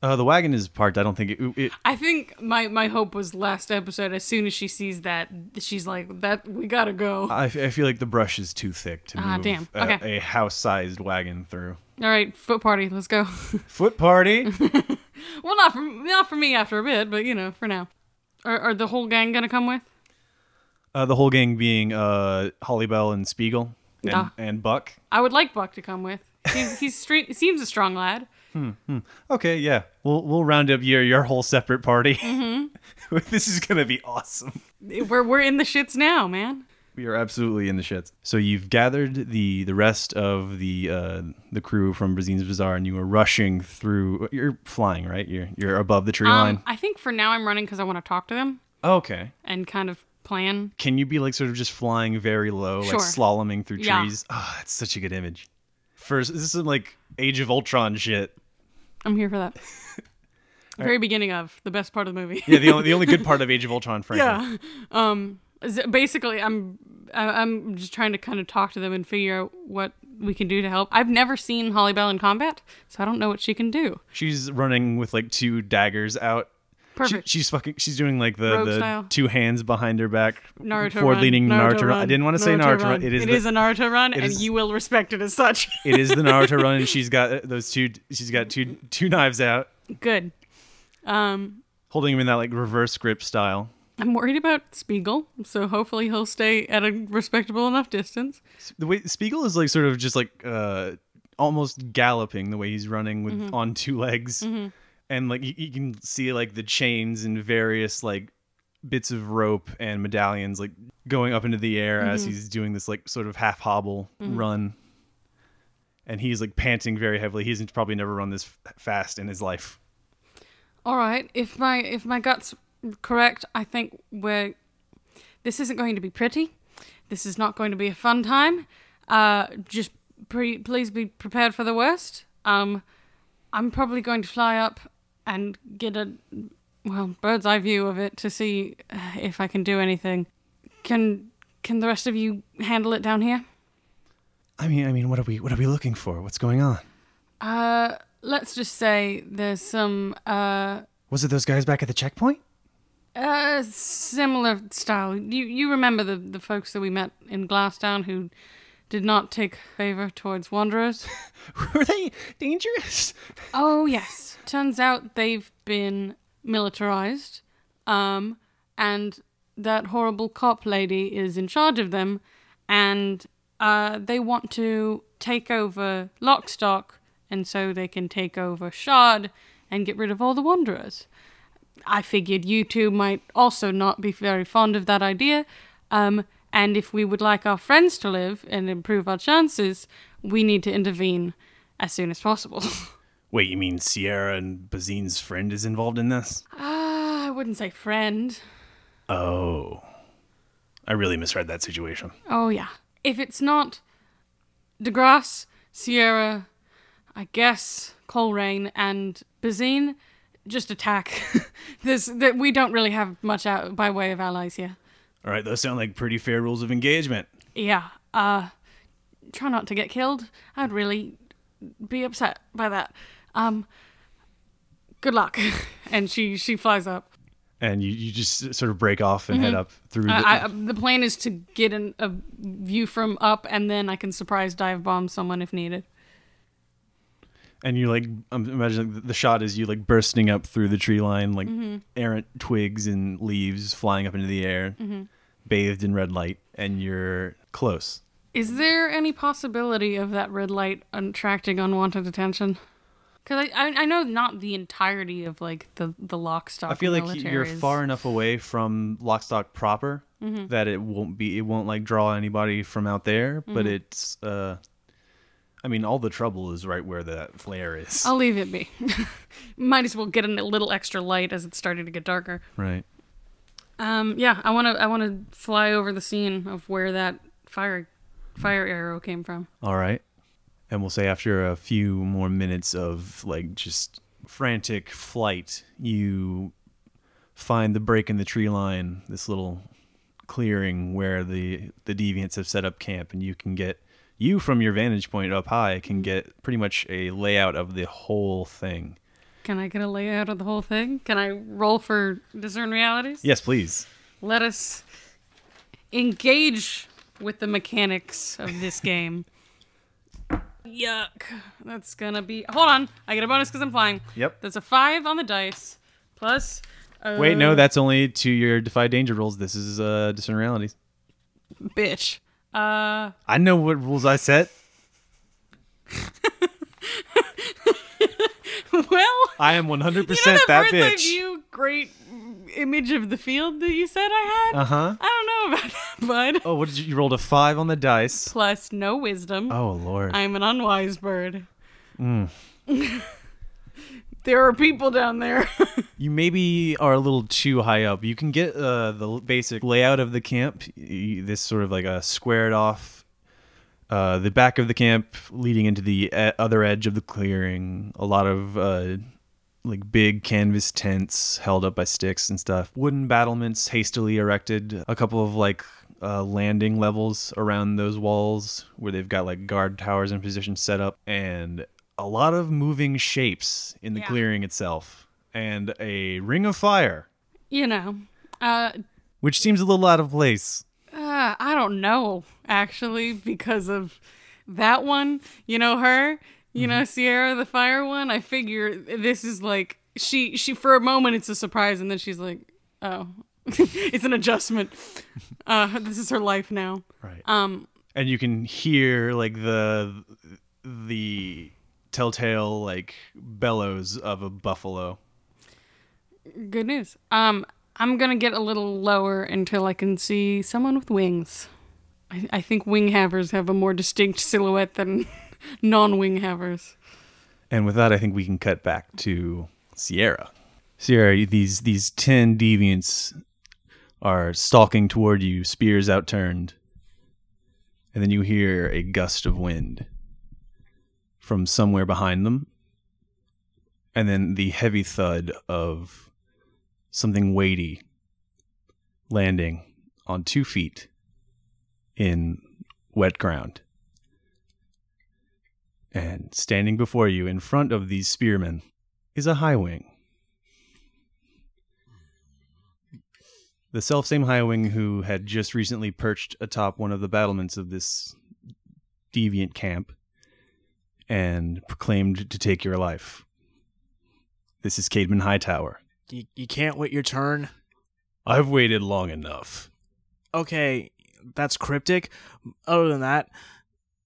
Speaker 3: Uh, the wagon is parked. I don't think it. it
Speaker 5: I think my my hope was last episode. As soon as she sees that, she's like, "That we gotta go."
Speaker 3: I, f- I feel like the brush is too thick to
Speaker 5: Ah,
Speaker 3: move
Speaker 5: damn.
Speaker 3: a-
Speaker 5: Okay.
Speaker 3: a house-sized wagon through.
Speaker 5: All right, foot party. Let's go.
Speaker 3: Foot party.
Speaker 5: well, not for not for me after a bit, but you know, for now. Are, are the whole gang gonna come with?
Speaker 3: Uh, the whole gang being uh, Hollybell and Spiegel and,
Speaker 5: Ah.
Speaker 3: and Buck.
Speaker 5: I would like Buck to come with. He's, he's stre- seems a strong lad.
Speaker 3: Okay, yeah, we'll we'll round up your your whole separate party.
Speaker 5: Mm-hmm.
Speaker 3: this is gonna be awesome.
Speaker 5: We're we're in the shits now, man.
Speaker 3: We are absolutely in the shits. So you've gathered the the rest of the uh, the crew from Brazine's Bazaar, and you are rushing through. You're flying, right? You're you're above the tree
Speaker 5: Um,
Speaker 3: line.
Speaker 5: I think for now I'm running because I want to talk to them
Speaker 3: Okay.
Speaker 5: and kind of plan.
Speaker 3: Can you be like sort of just flying very low,
Speaker 5: Sure.
Speaker 3: like slaloming through
Speaker 5: Yeah.
Speaker 3: trees? Ah, it's such a good image. First, this is some, like Age of Ultron shit.
Speaker 5: I'm here for that. Very beginning of the best part of the movie.
Speaker 3: Yeah, the only the only good part of Age of Ultron, frankly.
Speaker 5: yeah. Um. is it- Basically, I'm I- I'm just trying to kind of talk to them and figure out what we can do to help. I've never seen Holly Bell in combat, so I don't know what she can do.
Speaker 3: She's running with like two daggers out. She-
Speaker 5: Perfect.
Speaker 3: she's fucking. She's doing like the,
Speaker 5: Rogue
Speaker 3: the
Speaker 5: style.
Speaker 3: two hands behind her back,
Speaker 5: Naruto
Speaker 3: forward
Speaker 5: run.
Speaker 3: leaning Naruto. run. I didn't want to say Naruto. Run.
Speaker 5: It
Speaker 3: It is.
Speaker 5: is,
Speaker 3: the,
Speaker 5: a Naruto run, and
Speaker 3: is-
Speaker 5: you will respect it as such.
Speaker 3: it is the Naruto run. And she's got uh, those two. She's got two two knives out,
Speaker 5: Good. Um,
Speaker 3: holding him in that like reverse grip style.
Speaker 5: I'm worried about Spiegel, so hopefully he'll stay at a respectable enough distance.
Speaker 3: The way Spiegel is like sort of just like uh almost galloping the way he's running with on two legs, and like you, you can see like the chains and various like bits of rope and medallions like going up into the air as he's doing this like sort of half hobble run. And he's like panting very heavily. He's probably never run this f- fast in his life.
Speaker 5: All right, if my if my guts correct, I think we're this isn't going to be pretty. This is not going to be a fun time. Uh, just pre- please be prepared for the worst. Um, I'm probably going to fly up and get a well bird's eye view of it to see uh, if I can do anything. Can can the rest of you handle it down here?
Speaker 3: I mean, I mean, what are we, what are we looking for? What's going on?
Speaker 5: Uh, let's just say there's some uh.
Speaker 3: Was it those guys back at the checkpoint?
Speaker 5: Uh, similar style. You you remember the the folks that we met in Glassdown who did not take favor towards wanderers?
Speaker 3: Were they dangerous?
Speaker 5: Oh yes. Turns out they've been militarized, um, and that horrible cop lady is in charge of them, and uh, they want to take over Lockstock, and so they can take over Shard and get rid of all the Wanderers. I figured you two might also not be very fond of that idea. Um, and if we would like our friends to live and improve our chances, we need to intervene as soon as possible.
Speaker 3: Wait, you mean Sierra and Bazine's friend is involved in this?
Speaker 5: I wouldn't say friend.
Speaker 3: Oh. I really misread that situation.
Speaker 5: Oh, yeah. If it's not DeGrasse, Sierra, I guess Coleraine and Bazine, just attack. There's that we don't really have much out by way of allies here.
Speaker 3: All right, those sound like pretty fair rules of engagement.
Speaker 5: Yeah. Uh, try not to get killed. I'd really be upset by that. Um, good luck. and she she flies up.
Speaker 3: And you, you just sort of break off and head up through the.
Speaker 5: Uh, I, I, the plan is to get an, a view from up, and then I can surprise dive bomb someone if needed.
Speaker 3: and you like, I'm imagining the- the shot is you like bursting up through the tree line, like errant twigs and leaves flying up into the air, bathed in red light, and you're close.
Speaker 5: Is there any possibility of that red light attracting unwanted attention? Because I, I I know not the entirety of like the the lock stock.
Speaker 3: I feel like
Speaker 5: military
Speaker 3: you're
Speaker 5: is-
Speaker 3: far enough away from Lockstock proper that it won't be it won't like draw anybody from out there, but it's uh I mean all the trouble is right where that flare is.
Speaker 5: I'll leave it be. Might as well get in a little extra light as it's starting to get darker.
Speaker 3: Right.
Speaker 5: Um, yeah, I want to I want to fly over the scene of where that fire fire arrow came from.
Speaker 3: All right. And we'll say after a few more minutes of like just frantic flight, you find the break in the tree line, this little clearing where the the deviants have set up camp and you can get you from your vantage point up high can get pretty much a layout of the whole thing.
Speaker 5: Can I get a layout of the whole thing? Can I roll for discern realities?
Speaker 3: Yes, please.
Speaker 5: Let us engage with the mechanics of this game. Yuck. That's gonna be. Hold on. I get a bonus because I'm flying.
Speaker 3: Yep.
Speaker 5: That's a five on the dice. Plus. Uh,
Speaker 3: Wait, no, that's only to your defy danger rules. This is uh discern realities.
Speaker 5: bitch. Uh,
Speaker 3: I know what rules I set.
Speaker 5: well.
Speaker 3: I am 100%
Speaker 5: you know
Speaker 3: that
Speaker 5: that, bird's eye
Speaker 3: bitch.
Speaker 5: view great image of the field that you said I had?
Speaker 3: Uh-huh.
Speaker 5: I don't know about that, bud.
Speaker 3: Oh, what did you, you rolled a five on the dice?
Speaker 5: Plus, no wisdom.
Speaker 3: Oh Mm. lord.
Speaker 5: I'm an unwise bird. there are people down there.
Speaker 3: you maybe are a little too high up. You can get uh, the l- basic layout of the camp. y- This sort of like a squared off, uh, the back of the camp leading into the e- other edge of the clearing. A lot of uh, like big canvas tents held up by sticks and stuff. Wooden battlements hastily erected. A couple of like uh, landing levels around those walls where they've got like guard towers and positions set up, and a lot of moving shapes in the
Speaker 5: Yeah.
Speaker 3: clearing itself, and a ring of fire,
Speaker 5: you know, uh,
Speaker 3: which seems a little out of place.
Speaker 5: uh, I don't know actually because of that one. You know her. You
Speaker 4: Mm-hmm.
Speaker 5: know Sierra the fire one. I figure this is like she she for a moment it's a surprise and then she's like, oh, it's an adjustment. Uh, this is her life now.
Speaker 3: Right.
Speaker 5: Um,
Speaker 3: and you can hear like the the telltale like bellows of a buffalo.
Speaker 5: good news. Um, I'm gonna get a little lower until I can see someone with wings. I, I think wing havers have a more distinct silhouette than non-wing havers.
Speaker 3: And with that, I think we can cut back to Sierra. Sierra, these these ten deviants are stalking toward you, spears outturned, and then you hear a gust of wind from somewhere behind them, and then the heavy thud of something weighty landing on two feet in wet ground and standing before you in front of these spearmen is a high wing. the selfsame Highwing who had just recently perched atop one of the battlements of this deviant camp and proclaimed to take your life. This is Cademan Hightower.
Speaker 4: You, you can't wait your turn.
Speaker 3: I've waited long enough.
Speaker 4: Okay, that's cryptic. Other than that,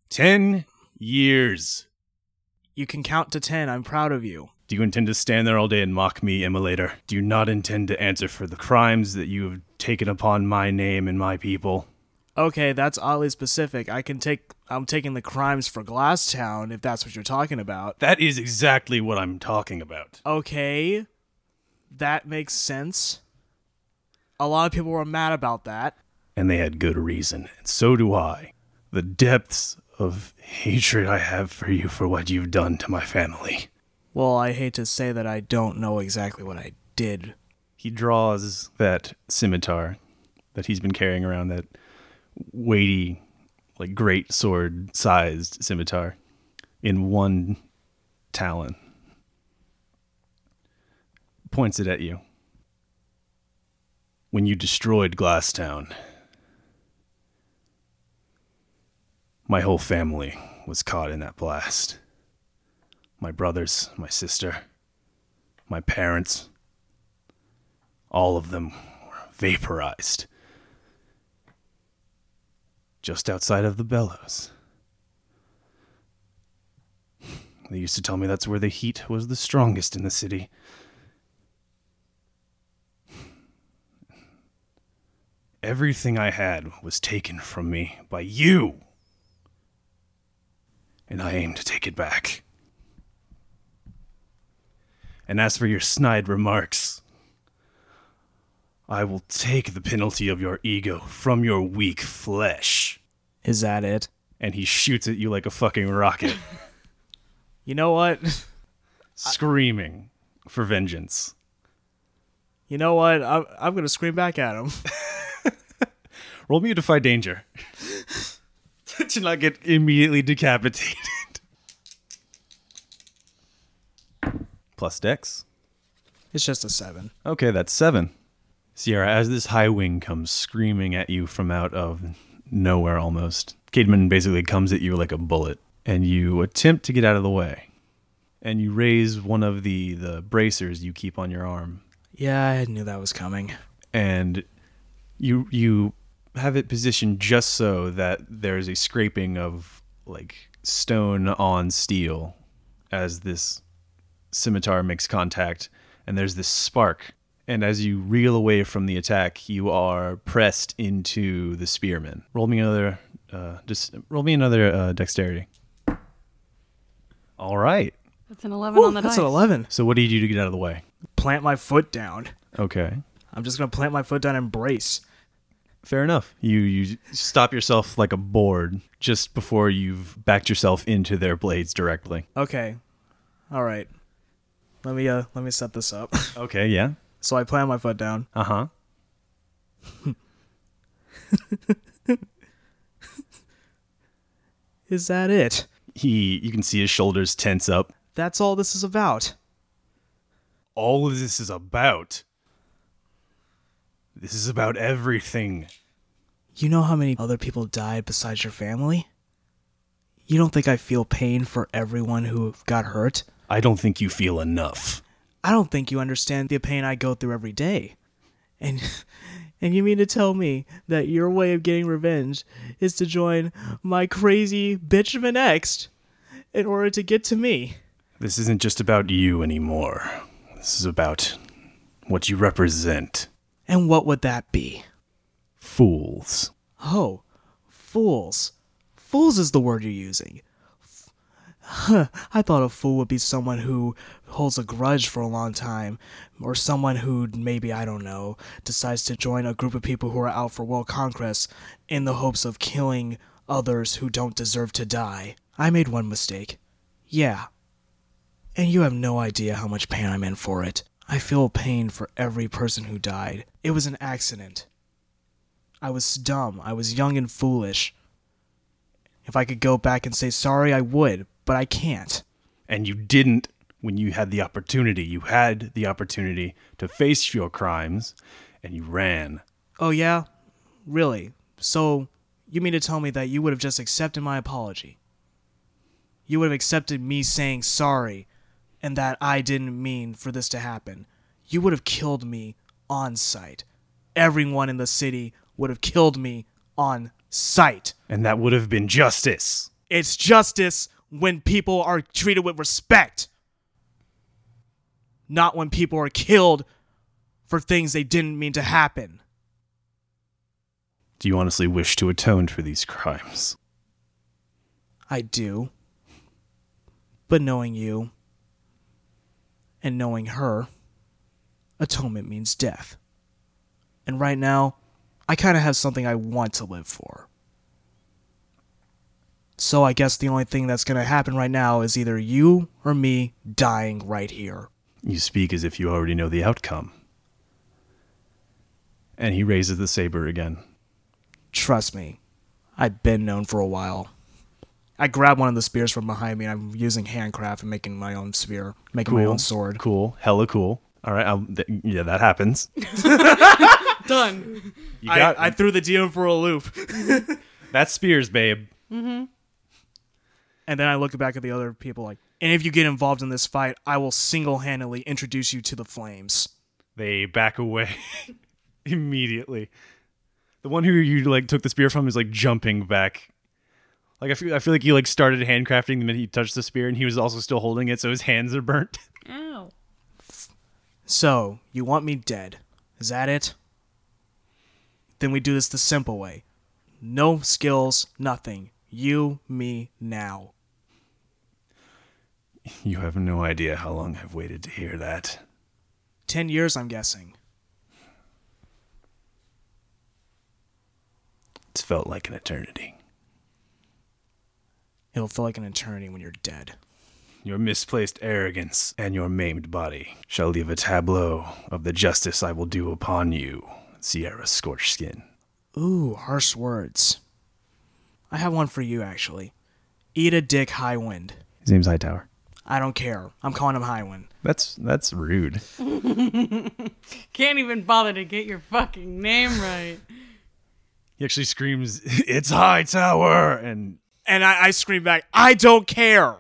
Speaker 3: Ten years.
Speaker 4: you can count to ten. I'm proud of you.
Speaker 3: Do you intend to stand there all day and mock me, Immolator? Do you not intend to answer for the crimes that you have taken upon my name and my people?
Speaker 4: Okay, that's oddly specific. I can take. I'm taking the crimes for Glasstown if that's what you're talking about.
Speaker 3: That is exactly what I'm talking about.
Speaker 4: Okay, that makes sense. A lot of people were mad about that.
Speaker 3: and they had good reason, and so do I. The depths of hatred I have for you for what you've done to my family.
Speaker 4: Well, I hate to say that I don't know exactly what I did.
Speaker 3: He draws that scimitar that he's been carrying around, that weighty, like great sword sized scimitar, in one talon. Points it at you. When you destroyed Glasstown, my whole family was caught in that blast. My brothers, my sister, my parents, all of them were vaporized. Just outside of the bellows. They used to tell me that's where the heat was the strongest in the city. Everything I had was taken from me by you. And I aim to take it back. And as for your snide remarks, I will take the penalty of your ego from your weak flesh.
Speaker 4: Is that it?
Speaker 3: And he shoots at you like a fucking rocket,
Speaker 4: You know what?
Speaker 3: screaming for vengeance.
Speaker 4: You know what? I'm, I'm gonna scream back at him.
Speaker 3: Roll me to defy danger. to not get immediately decapitated. Plus dex.
Speaker 4: It's just a seven.
Speaker 3: Okay, that's seven. Sierra, as this high wing comes screaming at you from out of nowhere almost, Cademan basically comes at you like a bullet, and you attempt to get out of the way. And you raise one of the, the bracers you keep on your arm,
Speaker 4: Yeah, I knew that was coming.
Speaker 3: and you you have it positioned just so that there is a scraping of like stone on steel as this scimitar makes contact and there's this spark and as you reel away from the attack you are pressed into the spearman roll me another uh, just roll me another uh, dexterity all right
Speaker 5: That's an 11
Speaker 4: Woo,
Speaker 5: on the
Speaker 4: that's
Speaker 5: dice.
Speaker 4: an eleven.
Speaker 3: so what do you do to get out of the way
Speaker 4: Plant my foot down.
Speaker 3: okay
Speaker 4: I'm just gonna plant my foot down and brace.
Speaker 3: Fair enough. You you stop yourself like a board just before you've backed yourself into their blades directly.
Speaker 4: Okay. All right. Let me uh let me set this up.
Speaker 3: Okay, yeah.
Speaker 4: so I plant my foot down.
Speaker 3: Uh-huh.
Speaker 4: Is that it?
Speaker 3: He you can see his shoulders tense up.
Speaker 4: That's all this is about.
Speaker 3: All of this is about This is about everything.
Speaker 4: You know how many other people died besides your family? You don't think I feel pain for everyone who got hurt?
Speaker 3: I don't think you feel enough.
Speaker 4: I don't think you understand the pain I go through every day. And and you mean to tell me that your way of getting revenge is to join my crazy bitch of an ex in order to get to me?
Speaker 3: This isn't just about you anymore. This is about what you represent.
Speaker 4: And what would that be?
Speaker 3: Fools.
Speaker 4: Oh, fools. Fools is the word you're using. F- Huh, I thought a fool would be someone who holds a grudge for a long time, or someone who maybe, I don't know, decides to join a group of people who are out for world conquest in the hopes of killing others who don't deserve to die. I made one mistake. Yeah. And you have no idea how much pain I'm in for it. I feel pain for every person who died. It was an accident. I was dumb. I was young and foolish. If I could go back and say sorry, I would, but I can't.
Speaker 3: and you didn't when you had the opportunity. You had the opportunity to face your crimes and you ran
Speaker 4: Oh, yeah? Really? So, you mean to tell me that you would have just accepted my apology? You would have accepted me saying sorry and that I didn't mean for this to happen. You would have killed me on sight. Everyone in the city would have killed me on sight.
Speaker 3: And that would have been justice.
Speaker 4: It's justice when people are treated with respect, not when people are killed for things they didn't mean to happen.
Speaker 3: Do you honestly wish to atone for these crimes?
Speaker 4: I do. But knowing you and knowing her, atonement means death. And right now, I kind of have something I want to live for. So I guess the only thing that's going to happen right now is either you or me dying right here.
Speaker 3: You speak as if you already know the outcome. And he raises the saber again.
Speaker 4: Trust me, I've been known for a while. I grab one of the spears from behind me and I'm using handcraft and making my own spear, making my own sword.
Speaker 3: Cool. Hella cool. All right. I'll, th- yeah, that happens.
Speaker 5: Done.
Speaker 3: You got
Speaker 4: I, I threw the DM for a loop.
Speaker 3: that spears, babe.
Speaker 4: And then I look back at the other people like, and if you get involved in this fight, I will single handedly introduce you to the flames.
Speaker 3: They back away immediately. The one who you like took the spear from is like jumping back. Like I feel, I feel like you like started handcrafting the minute you touched the spear, and he was also still holding it, so his hands are burnt.
Speaker 5: Ow.
Speaker 4: So, you want me dead. Is that it? Then we do this the simple way. No skills, nothing. You, me, now.
Speaker 3: You have no idea how long I've waited to hear that.
Speaker 4: 10 years, I'm guessing.
Speaker 3: It's felt like an eternity.
Speaker 4: It'll feel like an eternity when you're dead.
Speaker 3: Your misplaced arrogance and your maimed body shall leave a tableau of the justice I will do upon you, Sierra Scorched Skin.
Speaker 4: Ooh, harsh words. I have one for you, actually. Eat a dick, Highwind.
Speaker 3: His name's Hightower.
Speaker 4: I don't care. I'm calling him Highwind.
Speaker 3: That's that's rude.
Speaker 5: Can't even bother to get your fucking name right.
Speaker 3: He actually screams, "It's Hightower!" and
Speaker 4: And I, I scream back, I don't care.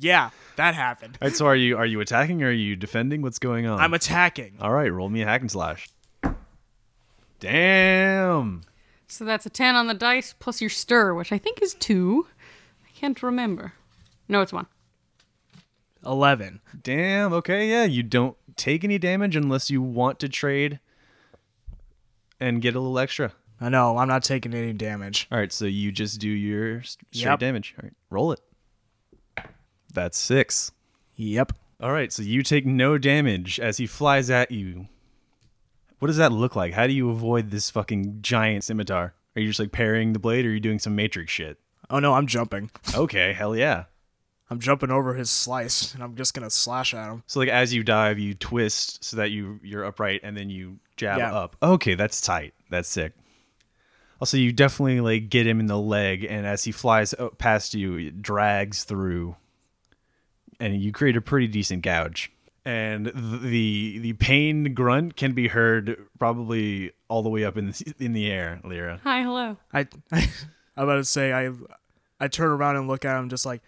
Speaker 4: yeah, that happened.
Speaker 3: all right, so are you are you attacking or are you defending? What's going on?
Speaker 4: I'm attacking.
Speaker 3: all right, roll me a hack and slash. Damn.
Speaker 5: So that's a 10 on the dice plus your stir, which I think is 2. I can't remember. No, it's 1.
Speaker 4: 11.
Speaker 3: Damn. Okay. Yeah. You don't take any damage unless you want to trade and get a little extra.
Speaker 4: I know, I'm not taking any damage.
Speaker 3: All right. So you just do your s- straight
Speaker 4: Yep.
Speaker 3: damage. All right. Roll it. That's six.
Speaker 4: Yep.
Speaker 3: All right. So you take no damage as he flies at you. What does that look like? How do you avoid this fucking giant scimitar? Are you just like parrying the blade or are you doing some matrix shit?
Speaker 4: Oh no, I'm jumping.
Speaker 3: Okay. Hell yeah.
Speaker 4: I'm jumping over his slice and I'm just gonna slash at him.
Speaker 3: So like as you dive, you twist so that you you're upright, and then you jab
Speaker 4: Yeah.
Speaker 3: up. Okay, that's tight. That's sick. Also, you definitely like get him in the leg, and as he flies o- past you, it drags through, and you create a pretty decent gouge. And th- the the pain grunt can be heard probably all the way up in the, in the air, Lyra.
Speaker 5: Hi, hello.
Speaker 4: I, I I'm about to say I I turn around and look at him just like,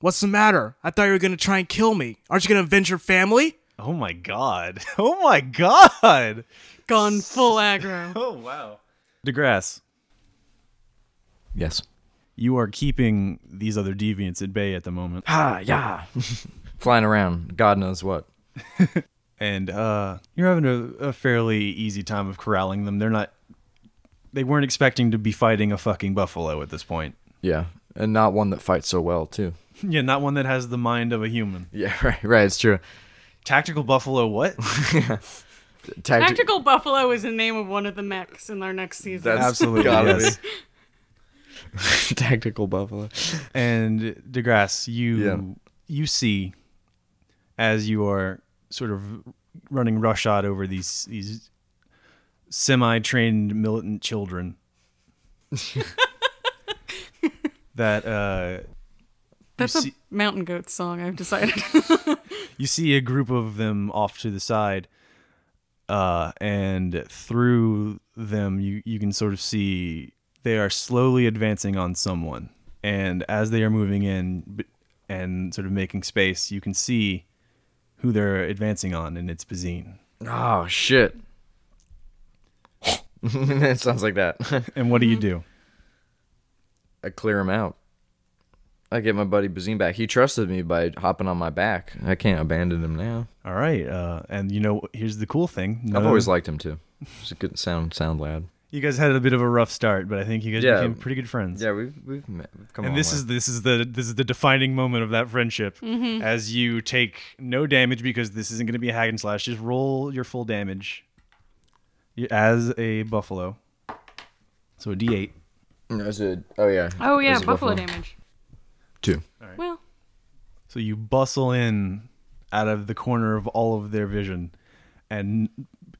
Speaker 4: What's the matter? I thought you were gonna try and kill me. Aren't you gonna avenge your family?
Speaker 3: Oh my god! Oh my god!
Speaker 5: Gone full aggro.
Speaker 3: Oh wow! DeGrasse.
Speaker 6: Yes.
Speaker 3: you are keeping these other deviants at bay at the moment.
Speaker 6: Ah, yeah. Flying around, God knows what.
Speaker 3: And uh, you're having a, a fairly easy time of corralling them. They're not, they weren't expecting to be fighting a fucking buffalo at this point.
Speaker 6: Yeah, and not one that fights so well too.
Speaker 3: Yeah, not one that has the mind of a human.
Speaker 6: Yeah, right. Right. It's true.
Speaker 3: Tactical buffalo, what?
Speaker 6: Tacti-
Speaker 5: Tactical Buffalo is the name of one of the mechs in our next season.
Speaker 6: That's
Speaker 3: Absolutely,
Speaker 6: gotta
Speaker 3: yes.
Speaker 6: tactical buffalo.
Speaker 3: And DeGrasse, you
Speaker 6: Yeah.
Speaker 3: you see as you are sort of running roughshod over these these semi-trained militant children that uh,
Speaker 5: That's
Speaker 3: you
Speaker 5: a
Speaker 3: see-
Speaker 5: mountain goat song, I've decided.
Speaker 3: you see a group of them off to the side uh, and through them you you can sort of see they are slowly advancing on someone, and as they are moving in b- and sort of making space, you can see who they're advancing on, and it's Bazine.
Speaker 6: Oh shit. it sounds like that.
Speaker 3: And what do you do?
Speaker 6: I clear him out. I get my buddy Bazine back. He trusted me by hopping on my back. I can't abandon him now.
Speaker 3: All right, uh, and you know here's the cool thing.
Speaker 6: I've
Speaker 3: none-
Speaker 6: always liked him too. He's a good sound sound lad.
Speaker 3: you guys had a bit of a rough start, but I think you guys
Speaker 6: Yeah.
Speaker 3: became pretty good friends.
Speaker 6: Yeah, we've we've, met, we've come.
Speaker 3: and this is this is the this is the defining moment of that friendship as you take no damage because this isn't going to be a hack and slash just roll your full damage You- as a buffalo so a d8
Speaker 6: oh yeah.
Speaker 5: Oh yeah,
Speaker 6: There's a
Speaker 5: buffalo damage.
Speaker 6: Two.
Speaker 5: Well,
Speaker 3: so you bustle in out of the corner of all of their vision and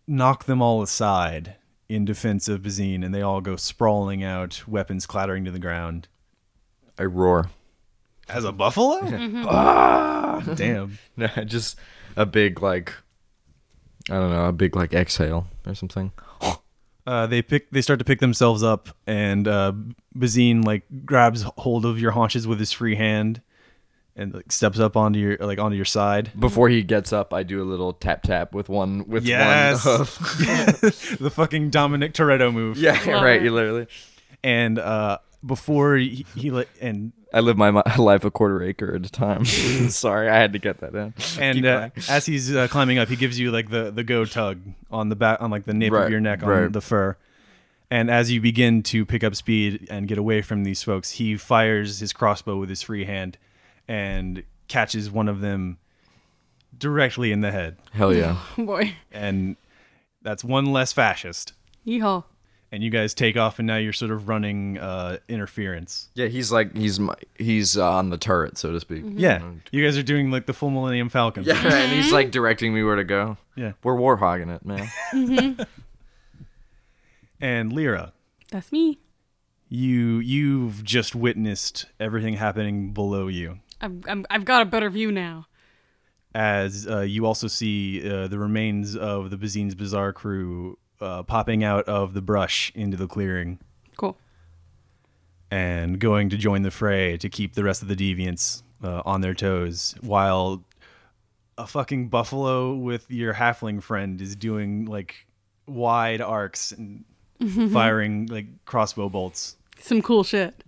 Speaker 3: knock them all aside in defense of Bazine and they all go sprawling out weapons clattering to the ground
Speaker 6: I roar.
Speaker 3: as a buffalo Ah! damn
Speaker 6: No, just a big like. I don't know, a big like exhale or something.
Speaker 3: Uh, they pick. They start to pick themselves up, and uh, Bazine like grabs hold of your haunches with his free hand, and like steps up onto your like onto your side.
Speaker 6: Before he gets up, I do a little tap tap with one with
Speaker 3: Yes.
Speaker 6: one hoof.
Speaker 3: the fucking Dominic Toretto move.
Speaker 6: yeah,
Speaker 5: Love
Speaker 6: right.
Speaker 5: it.
Speaker 6: You literally.
Speaker 3: And uh, before he, he like and
Speaker 6: I live my, mi- life a quarter acre at a time. Sorry, I had to get that in.
Speaker 3: and uh, as he's uh, climbing up, he gives you like the the go tug on the back on like the nape of
Speaker 6: Right,
Speaker 3: your neck on
Speaker 6: right.
Speaker 3: the fur. And as you begin to pick up speed and get away from these folks, he fires his crossbow with his free hand and catches one of them directly in the head.
Speaker 6: Hell yeah.
Speaker 5: boy,
Speaker 3: And that's one less fascist.
Speaker 5: yeehaw.
Speaker 3: And you guys take off, and now you're sort of running uh, interference.
Speaker 6: Yeah, he's like he's my, he's uh, on the turret, so to speak.
Speaker 5: Mm-hmm.
Speaker 3: Yeah, you guys are doing like the full Millennium Falcon.
Speaker 6: Yeah, and he's like directing me where to go.
Speaker 3: Yeah.
Speaker 6: We're warhogging it, man.
Speaker 3: And Lyra,
Speaker 5: That's me.
Speaker 3: you you've just witnessed everything happening below you.
Speaker 5: I'm, I'm, I've got a better view now.
Speaker 3: as uh, you also see uh, the remains of the Bazine's Bazaar crew uh, popping out of the brush into the clearing
Speaker 5: Cool.
Speaker 3: and going to join the fray to keep the rest of the deviants uh, on their toes while a fucking buffalo with your halfling friend is doing like wide arcs and firing like crossbow bolts.
Speaker 5: Some cool shit.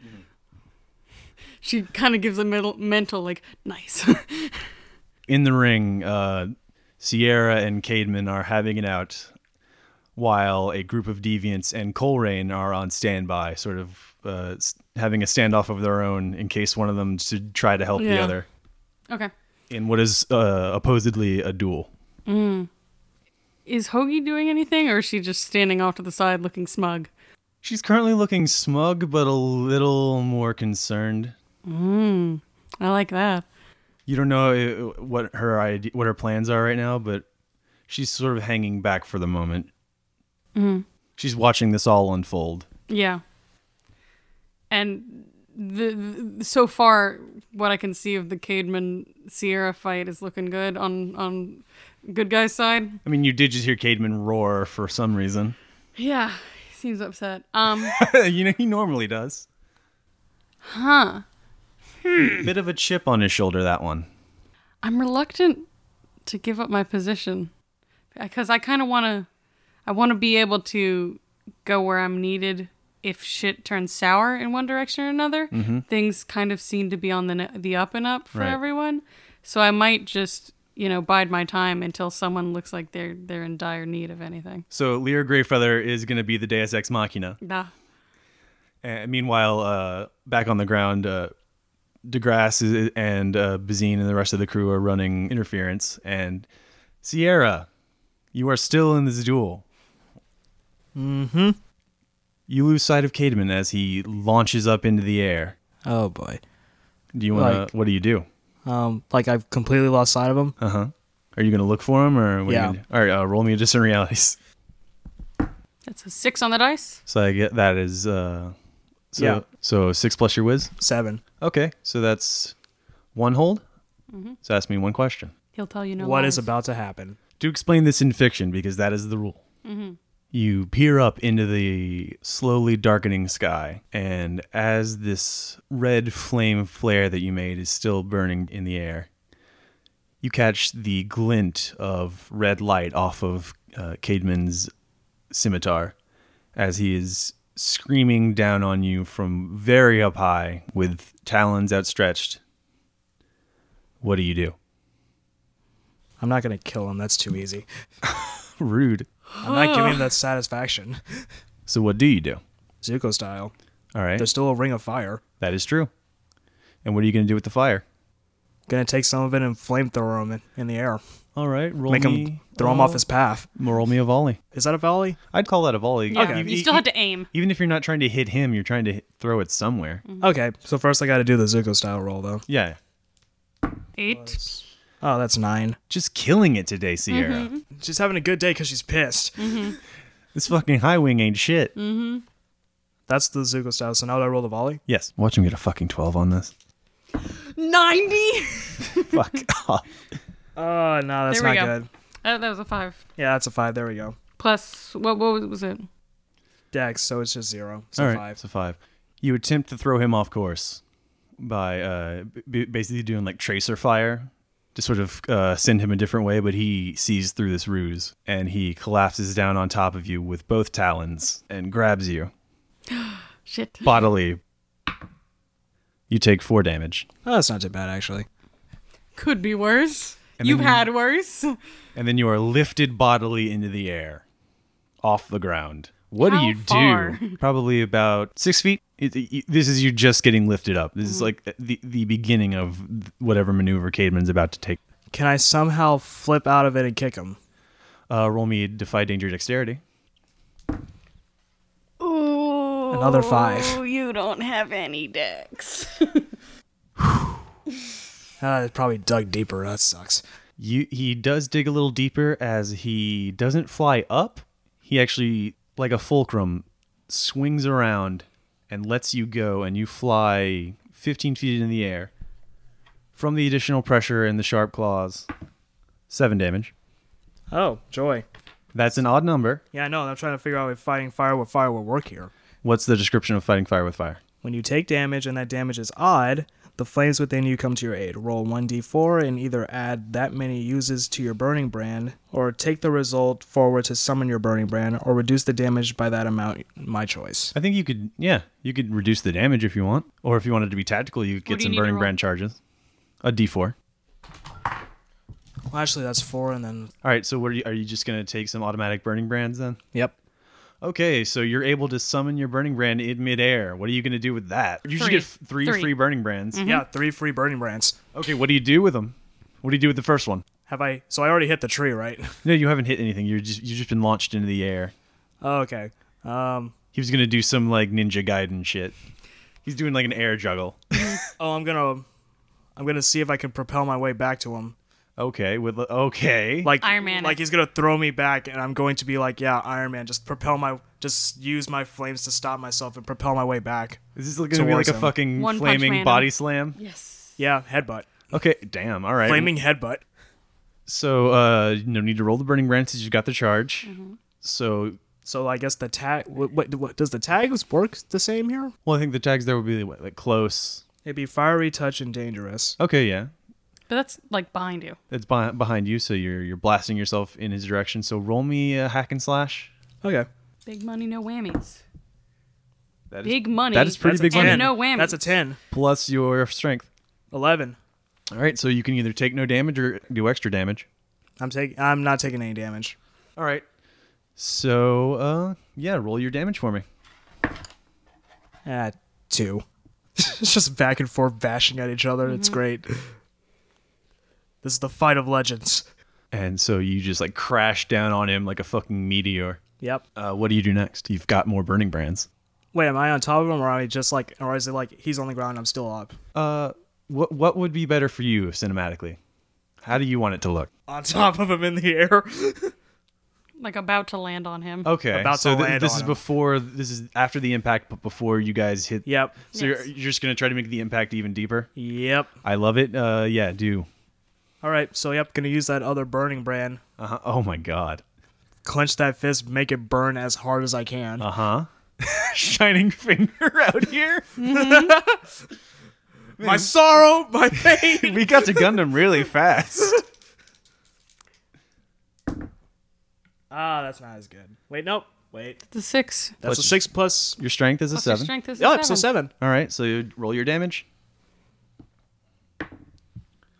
Speaker 5: She kind of gives a mental, mental like, nice.
Speaker 3: in the ring, uh, Sierra and Cademan are having it out, while a group of deviants and Colerain are on standby, sort of uh, s- having a standoff of their own in case one of them should try to help the
Speaker 5: Yeah.
Speaker 3: other
Speaker 5: okay.
Speaker 3: in what is uh, supposedly a duel.
Speaker 5: Is Hoagie doing anything, or is she just standing off to the side looking smug?
Speaker 3: She's currently looking smug, but a little more concerned.
Speaker 5: I like that.
Speaker 3: You don't know uh, what her ide- what her plans are right now, but she's sort of hanging back for the moment. She's watching this all unfold.
Speaker 5: Yeah. And the, the so far what I can see of the Cademan Sierra fight is looking good on on good guy's side.
Speaker 3: I mean, you did just hear Cademan roar for some reason.
Speaker 5: Yeah, he seems upset. Um,
Speaker 3: you know, he normally does.
Speaker 5: huh.
Speaker 3: Bit of a chip on his shoulder, that one.
Speaker 5: I'm reluctant to give up my position because I kind of want to. I want to be able to go where I'm needed. If shit turns sour in one direction or another, things kind of seem to be on the n- the up and up for
Speaker 3: Right.
Speaker 5: everyone. So I might just you know bide my time until someone looks like they're they're in dire need of anything.
Speaker 3: So Lear Greyfeather is going to be the Deus Ex Machina.
Speaker 5: Nah.
Speaker 3: And meanwhile, uh, back on the ground, uh, DeGrasse is, and uh, Bazine and the rest of the crew are running interference. And Sierra, you are still in this duel. Mm-hmm. You lose sight of Cademan as he launches up into the air.
Speaker 4: Oh boy.
Speaker 3: Do you want
Speaker 4: Like-
Speaker 3: to? What do you do?
Speaker 4: Um, like I've completely lost sight of him.
Speaker 3: Uh huh. Are you gonna look for him or what
Speaker 4: Yeah.
Speaker 3: Are you gonna do? All right, uh, roll me a discern realities.
Speaker 5: That's a six on the dice.
Speaker 3: So I get that is uh, so
Speaker 4: Yeah.
Speaker 3: so six plus your whiz.
Speaker 4: Seven.
Speaker 3: Okay, so that's one hold. So ask me one question.
Speaker 5: He'll tell you no.
Speaker 4: What
Speaker 5: lies.
Speaker 4: is about to happen?
Speaker 3: to explain this in fiction because that is the rule. You peer up into the slowly darkening sky, and as this red flame flare that you made is still burning in the air, you catch the glint of red light off of uh, Cademan's scimitar as he is screaming down on you from very up high with talons outstretched. What do you do?
Speaker 4: I'm not gonna kill him. That's too easy.
Speaker 3: Rude.
Speaker 4: I'm not giving him that satisfaction.
Speaker 3: So, what do you do?
Speaker 4: Zuko style.
Speaker 3: All right.
Speaker 4: There's still a ring of fire.
Speaker 3: That is true. And what are you going to do with the fire?
Speaker 4: Gonna take some of it and flamethrower him in, in the air.
Speaker 3: All right, roll
Speaker 4: Make
Speaker 3: me,
Speaker 4: him throw him off his path.
Speaker 3: Roll me a volley.
Speaker 4: Is that a volley?
Speaker 3: I'd call that a volley.
Speaker 5: Yeah, you, still have to aim.
Speaker 3: Even if you're not trying to hit him, you're trying to hit, throw it somewhere.
Speaker 5: Mm-hmm.
Speaker 4: Okay, so first I gotta do the Zuko style roll though.
Speaker 3: Yeah,
Speaker 5: Eight.
Speaker 4: Oh, that's nine.
Speaker 3: just killing it today, Sierra.
Speaker 5: Mm-hmm.
Speaker 4: She's having a good day because she's pissed.
Speaker 3: This fucking high wing ain't shit.
Speaker 5: Mm.
Speaker 4: That's the Zuko style. So now do I roll the volley?
Speaker 3: Yes, watch him get a fucking twelve on this.
Speaker 5: 90.
Speaker 3: Fuck off.
Speaker 4: Oh no, that's
Speaker 5: There
Speaker 4: not
Speaker 5: we go.
Speaker 4: good.
Speaker 5: Uh, that was a five.
Speaker 4: Yeah, that's a five. There we go.
Speaker 5: Plus, what, what was it?
Speaker 4: Dex, so it's just zero. So
Speaker 3: All right,
Speaker 4: five.
Speaker 3: so five. You attempt to throw him off course by uh, b- basically doing like tracer fire to sort of uh, send him a different way, but he sees through this ruse and he collapses down on top of you with both talons and grabs you
Speaker 5: Shit.
Speaker 3: bodily. You take four damage,
Speaker 4: Oh, that's not too bad actually.
Speaker 5: Could be worse.
Speaker 3: And
Speaker 5: You've
Speaker 3: then you-
Speaker 5: had worse.
Speaker 3: and then you are lifted bodily into the air, off the ground. What do
Speaker 5: How
Speaker 3: you
Speaker 5: far?
Speaker 3: do? Probably about six feet. It- it- this is you just getting lifted up. This is like the the beginning of whatever maneuver Cademan's about to take.
Speaker 4: Can I somehow flip out of it and kick him?
Speaker 3: Uh, roll me defy danger dexterity.
Speaker 5: Ooh,
Speaker 4: Another five.
Speaker 5: You don't have any decks.
Speaker 4: Uh, it probably dug deeper. That sucks.
Speaker 3: You he does dig a little deeper as he doesn't fly up. He actually like a fulcrum swings around and lets you go, and you fly 15 feet in the air from the additional pressure and the sharp claws. Seven damage.
Speaker 4: Oh, joy.
Speaker 3: That's an odd number.
Speaker 4: Yeah, I know. and I'm trying to figure out if fighting fire with fire will work here.
Speaker 3: What's the description of fighting fire with fire?
Speaker 4: When you take damage and that damage is odd, the flames within you come to your aid. Roll 1d4 and either add that many uses to your burning brand, or take the result forward to summon your burning brand, or reduce the damage by that amount. My choice.
Speaker 3: I think you could, yeah, you could reduce the damage if you want, or if you wanted to be tactical, you could get
Speaker 5: What do you
Speaker 3: some
Speaker 5: need to
Speaker 3: burning
Speaker 5: roll?
Speaker 3: brand charges. A D4.
Speaker 4: Well, actually, that's four, and then.
Speaker 3: All right, so what are you, are you just going to take some automatic burning brands then?
Speaker 4: Yep.
Speaker 3: Okay, so you're able to summon your burning brand in midair. What are you going to do with that? You should
Speaker 5: Three.
Speaker 3: get f- three,
Speaker 5: Three. Mm-hmm.
Speaker 3: free burning brands.
Speaker 4: Yeah, three free burning brands.
Speaker 3: Okay, what do you do with them? What do you do with the first one?
Speaker 4: Have I. So I already hit the tree, right?
Speaker 3: No, you haven't hit anything. You're just you've just been launched into the air.
Speaker 4: oh, okay. Um.
Speaker 3: He was going to do some like ninja Gaiden shit. He's doing like an air juggle.
Speaker 4: Oh, I'm gonna. I'm gonna see if I can propel my way back to him.
Speaker 3: Okay, with okay.
Speaker 4: like
Speaker 5: Iron Man
Speaker 4: like
Speaker 5: it.
Speaker 4: he's gonna throw me back and i'm going to be like yeah iron man just propel my just use my flames to stop myself and propel my way back
Speaker 3: Is this going to be like
Speaker 4: towards
Speaker 3: a
Speaker 4: him.
Speaker 3: fucking
Speaker 5: One Punch Man
Speaker 3: flaming
Speaker 5: him.
Speaker 3: body slam?
Speaker 5: yes.
Speaker 4: yeah headbutt
Speaker 3: Okay, damn. All right.
Speaker 4: flaming headbutt
Speaker 3: So, uh, no need to roll the burning brand since you've got the charge.
Speaker 5: Mm-hmm.
Speaker 3: So,
Speaker 4: so i guess the tag what, what, what does the tags work the same here
Speaker 3: well, I think the tags there would be what, like close.
Speaker 4: it'd be fiery touch and dangerous
Speaker 3: Okay, yeah.
Speaker 5: But that's like behind you.
Speaker 3: It's beh- behind you, so you're you're blasting yourself in his direction. So roll me a hack and slash.
Speaker 4: okay
Speaker 5: Big money, no whammies.
Speaker 3: That is
Speaker 5: Big money.
Speaker 3: that is pretty
Speaker 4: That's
Speaker 3: big
Speaker 4: a
Speaker 3: money.
Speaker 5: 10. no whammies.
Speaker 4: that's a 10
Speaker 3: plus your strength.
Speaker 4: 11
Speaker 3: All right, so you can either take no damage or do extra damage.
Speaker 4: i'm taking i'm not taking any damage
Speaker 3: All right. So uh, yeah, roll your damage for me.
Speaker 4: ah two it's just back and forth bashing at each other it's great this is the fight of legends
Speaker 3: And so you just like crash down on him like a fucking meteor.
Speaker 4: yep
Speaker 3: Uh, what do you do next? You've got more burning brands.
Speaker 4: Wait, am I on top of him, or are I just like, or is it like he's on the ground, I'm still up?
Speaker 3: Uh, what what would be better for you cinematically? How do you want it to look?
Speaker 4: On top of him in the air.
Speaker 5: Like about to land on him.
Speaker 3: Okay,
Speaker 4: About
Speaker 3: so
Speaker 4: to
Speaker 3: thi-
Speaker 4: land
Speaker 3: this
Speaker 4: on
Speaker 3: is
Speaker 4: him.
Speaker 3: before this is after the impact, but before you guys hit.
Speaker 4: yep.
Speaker 3: So
Speaker 5: Yes.
Speaker 3: you're, you're just gonna try to make the impact even deeper.
Speaker 4: Yep.
Speaker 3: I love it. Uh, yeah, do.
Speaker 4: All right. So yep, gonna use that other burning brand
Speaker 3: Uh-huh. Oh my god.
Speaker 4: Clench that fist, make it burn as hard as I can.
Speaker 3: Uh huh. Shining finger out here.
Speaker 4: my sorrow, my pain.
Speaker 3: we got to Gundam really fast.
Speaker 4: ah, that's not as good. Wait, nope. Wait.
Speaker 5: The six.
Speaker 4: That's a six plus.
Speaker 3: Your strength is a
Speaker 5: Your
Speaker 3: seven.
Speaker 5: strength is a
Speaker 4: Oh, so seven.
Speaker 3: All right, so you roll your damage.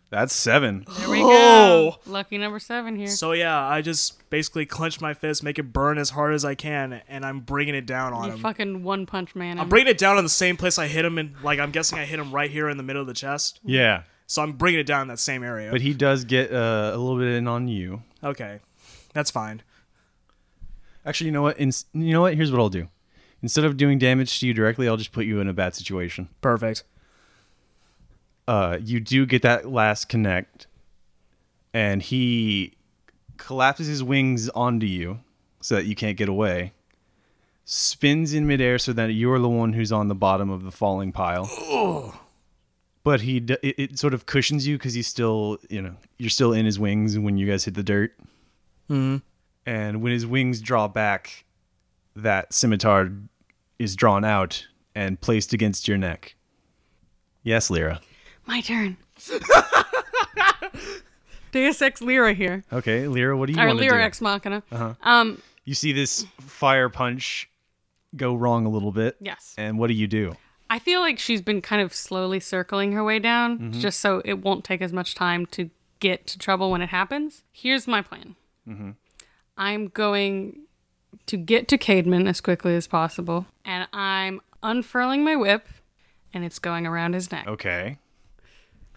Speaker 3: That's seven.
Speaker 5: There we
Speaker 3: Oh.
Speaker 5: go. Lucky number seven here.
Speaker 4: So yeah, I just basically clench my fist, make it burn as hard as I can, and I'm bringing it down on
Speaker 5: you
Speaker 4: him.
Speaker 5: fucking one punch man.
Speaker 4: I'm bringing it down on the same place I hit him in. Like I'm guessing I hit him right here in the middle of the chest.
Speaker 3: Yeah,
Speaker 4: So I'm bringing it down in that same area.
Speaker 3: but he does get uh, a little bit in on you.
Speaker 4: okay, that's fine.
Speaker 3: Actually, you know what? In- you know what? Here's what I'll do. Instead of doing damage to you directly, I'll just put you in a bad situation.
Speaker 4: Perfect.
Speaker 3: Uh, you do get that last connect, and he collapses his wings onto you so that you can't get away. Spins in midair so that you're the one who's on the bottom of the falling pile. But he d- it, it sort of cushions you because he's still you know you're still in his wings when you guys hit the dirt. Mm-hmm. And when his wings draw back, that scimitar is drawn out and placed against your neck. Yes, Lyra.
Speaker 5: My turn. Deus Ex Lyra here.
Speaker 3: Okay, Lyra, what do you
Speaker 5: Or
Speaker 3: want to do?
Speaker 5: Lyra Ex Machina. Um,
Speaker 3: You see this fire punch go wrong a little bit.
Speaker 5: Yes.
Speaker 3: And what do you do?
Speaker 5: I feel like she's been kind of slowly circling her way down just so it won't take as much time to get to trouble when it happens. Here's my plan I'm going to get to Cademan as quickly as possible, and I'm unfurling my whip, and it's going around his neck
Speaker 3: Okay.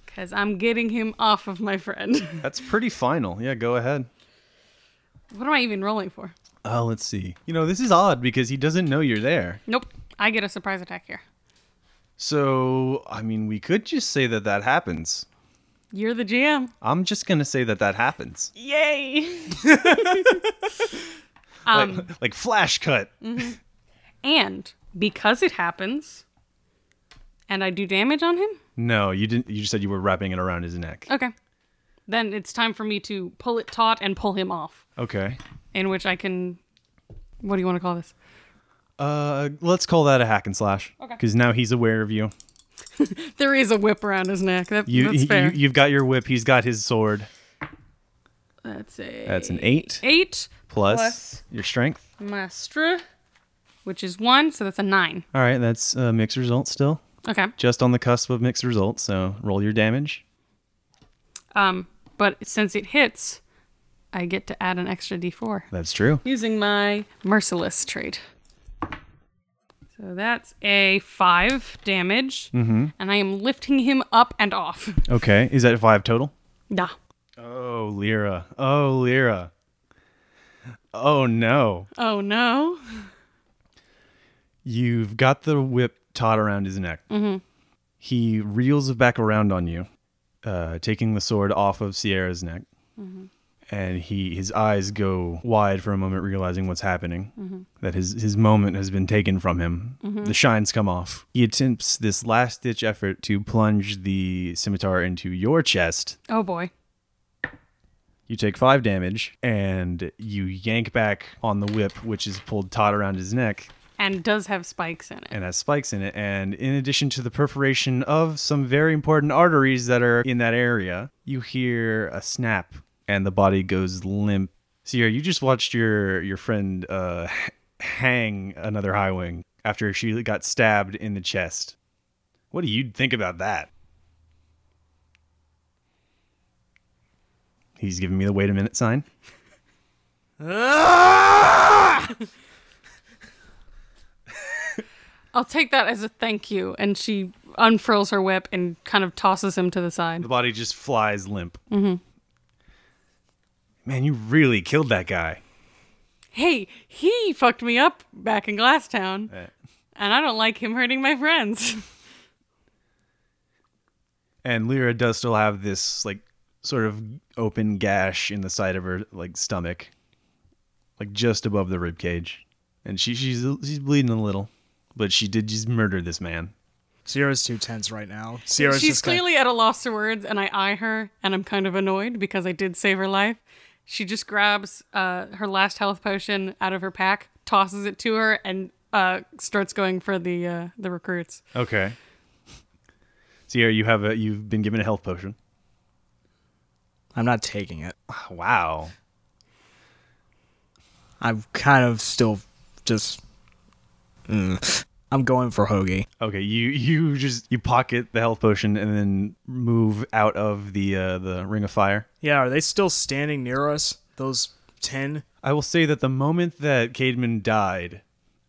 Speaker 5: because I'm getting him off of my friend.
Speaker 3: That's pretty final. Yeah, go ahead.
Speaker 5: what am I even rolling for?
Speaker 3: Uh, let's see. You know, this is odd because he doesn't know you're there.
Speaker 5: Nope. I get a surprise attack here.
Speaker 3: So, I mean, we could just say that that happens.
Speaker 5: You're the GM.
Speaker 3: I'm just going to say that that happens.
Speaker 5: Yay! Um.
Speaker 3: like, like flash cut.
Speaker 5: And because it happens, and I do damage on him,
Speaker 3: No, you didn't. You just said you were wrapping it around his neck.
Speaker 5: okay, then it's time for me to pull it taut and pull him off.
Speaker 3: Okay.
Speaker 5: In which I can, what do you want to call this?
Speaker 3: Uh, let's call that a hack and slash. Okay. Because now he's aware of you.
Speaker 5: There is a whip around his neck. That,
Speaker 3: You,
Speaker 5: that's
Speaker 3: you-
Speaker 5: fair.
Speaker 3: you've got your whip. He's got his sword.
Speaker 5: that's a
Speaker 3: That's an eight.
Speaker 5: eight
Speaker 3: plus,
Speaker 5: Plus.
Speaker 3: your strength.
Speaker 5: maestra, which is one, so that's a nine.
Speaker 3: All right, that's a mixed result still.
Speaker 5: Okay.
Speaker 3: Just on the cusp of mixed result, so roll your damage.
Speaker 5: Um, but since it hits, I get to add an extra d4
Speaker 3: That's true.
Speaker 5: using my merciless trait. So that's a five damage,
Speaker 3: Mm-hmm.
Speaker 5: and I am lifting him up and off.
Speaker 3: Okay, is that five total?
Speaker 5: Nah.
Speaker 3: Oh, Lyra. Oh, Lyra. Oh, no.
Speaker 5: Oh no.
Speaker 3: You've got the whip taut around his neck. Mm-hmm. He reels back around on you, uh, taking the sword off of Sierra's neck. And he, his eyes go wide for a moment, realizing what's happening. That his his moment has been taken from him. The shine's come off. He attempts this last ditch effort to plunge the scimitar into your chest.
Speaker 5: Oh boy.
Speaker 3: You take five damage, and you yank back on the whip, which is pulled taut around his neck
Speaker 5: And does have spikes in it.
Speaker 3: and has spikes in it. And in addition to the perforation of some very important arteries that are in that area, you hear a snap and the body goes limp. Sierra, you just watched your your friend uh, hang another high wing after she got stabbed in the chest. What do you think about that? He's giving me the wait a minute sign.
Speaker 5: I'll take that as a thank you. And she unfurls her whip and kind of tosses him to the side.
Speaker 3: The body just flies limp. Mm-hmm. Man, you really killed that guy.
Speaker 5: Hey, he fucked me up back in Glasstown. And I don't like him hurting my friends.
Speaker 3: and Lyra does still have this like sort of open gash in the side of her like stomach, like just above the rib cage, and she she's she's bleeding a little, but she did just murder this man.
Speaker 4: Sierra's too tense right now. Sierra's
Speaker 5: She's
Speaker 4: just kinda-
Speaker 5: clearly at a loss for words, and I eye her, and I'm kind of annoyed because I did save her life. She just grabs uh, her last health potion out of her pack, tosses it to her, and uh, starts going for the uh, the recruits.
Speaker 3: Okay. Sierra, you have a you've been given a health potion.
Speaker 4: I'm not taking it.
Speaker 3: Wow.
Speaker 4: I'm kind of still just. Mm. I'm going for Hoagie.
Speaker 3: Okay, you you just you pocket the health potion and then move out of the uh, the ring of fire.
Speaker 4: Yeah, are they still standing near us? Those 10?
Speaker 3: I will say that the moment that Cademan died,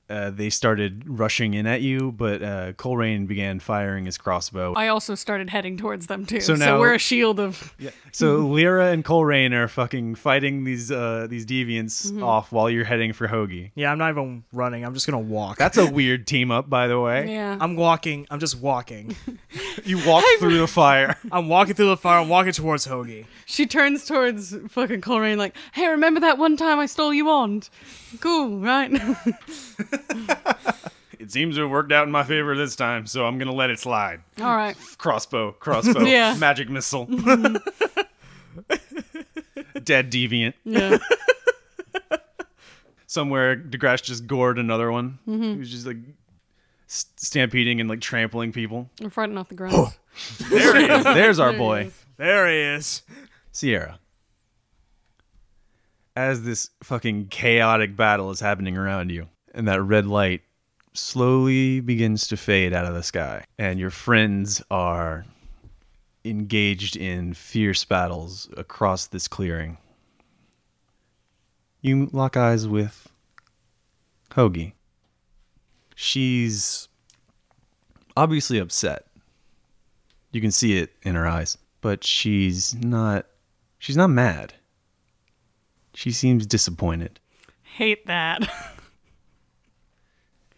Speaker 3: uh, they started rushing in at you, but uh, Coleraine began firing his crossbow.
Speaker 5: I also started heading towards them too.
Speaker 3: So
Speaker 5: So,
Speaker 3: now-
Speaker 5: we're a shield of.
Speaker 3: So
Speaker 5: Mm-hmm.
Speaker 3: Lyra and Coleraine are fucking fighting these uh, these deviants
Speaker 5: Mm-hmm.
Speaker 3: off while you're heading for Hoagie.
Speaker 4: Yeah, I'm not even running. I'm just going to walk.
Speaker 3: That's a weird team up, by the way.
Speaker 5: Yeah.
Speaker 4: I'm walking. I'm just walking.
Speaker 3: You walk through the fire.
Speaker 4: I'm walking through the fire. I'm walking towards Hoagie.
Speaker 5: She turns towards fucking Coleraine like, "Hey, remember that one time I stole you on? Cool, right?"
Speaker 3: It seems to have worked out in my favor this time, so I'm gonna let it slide.
Speaker 5: All right.
Speaker 3: Crossbow, crossbow,
Speaker 5: Yeah. Mm-hmm.
Speaker 3: magic missile. Dead deviant.
Speaker 5: Yeah.
Speaker 3: Somewhere DeGrasse just gored another one. He was just like st- stampeding and like trampling people.
Speaker 5: We're fighting off the ground.
Speaker 3: There he is. There's our boy.
Speaker 4: There he is.
Speaker 3: Sierra. As this fucking chaotic battle is happening around you, and that red light slowly begins to fade out of the sky, and your friends are engaged in fierce battles across this clearing, you lock eyes with Hoagie. She's obviously upset. You can see it in her eyes, but she's not she's not mad. She seems disappointed.
Speaker 5: Hate that.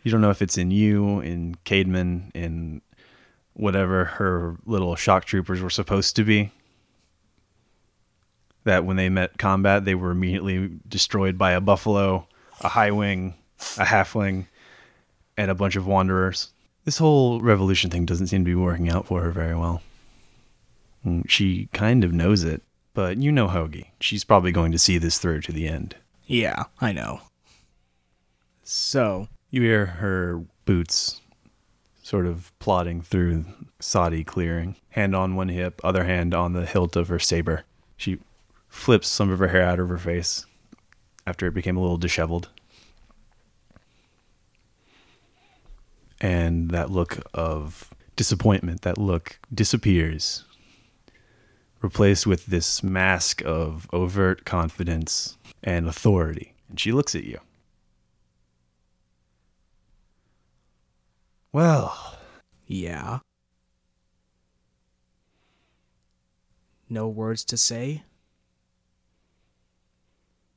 Speaker 3: You don't know if it's in you, in Cademan, in whatever her little shock troopers were supposed to be. That when they met combat, they were immediately destroyed by a buffalo, a high wing, a halfling, and a bunch of wanderers. This whole revolution thing doesn't seem to be working out for her very well. Mm, She kind of knows it, but you know Hoagie. She's probably going to see this through to the end.
Speaker 4: Yeah, I know. So,
Speaker 3: You hear her boots sort of plodding through soddy clearing, hand on one hip, other hand on the hilt of her saber. She flips some of her hair out of her face after it became a little disheveled. And that look of disappointment, that look disappears, replaced with this mask of overt confidence and authority. And she looks at you. Well,
Speaker 4: yeah. No words to say?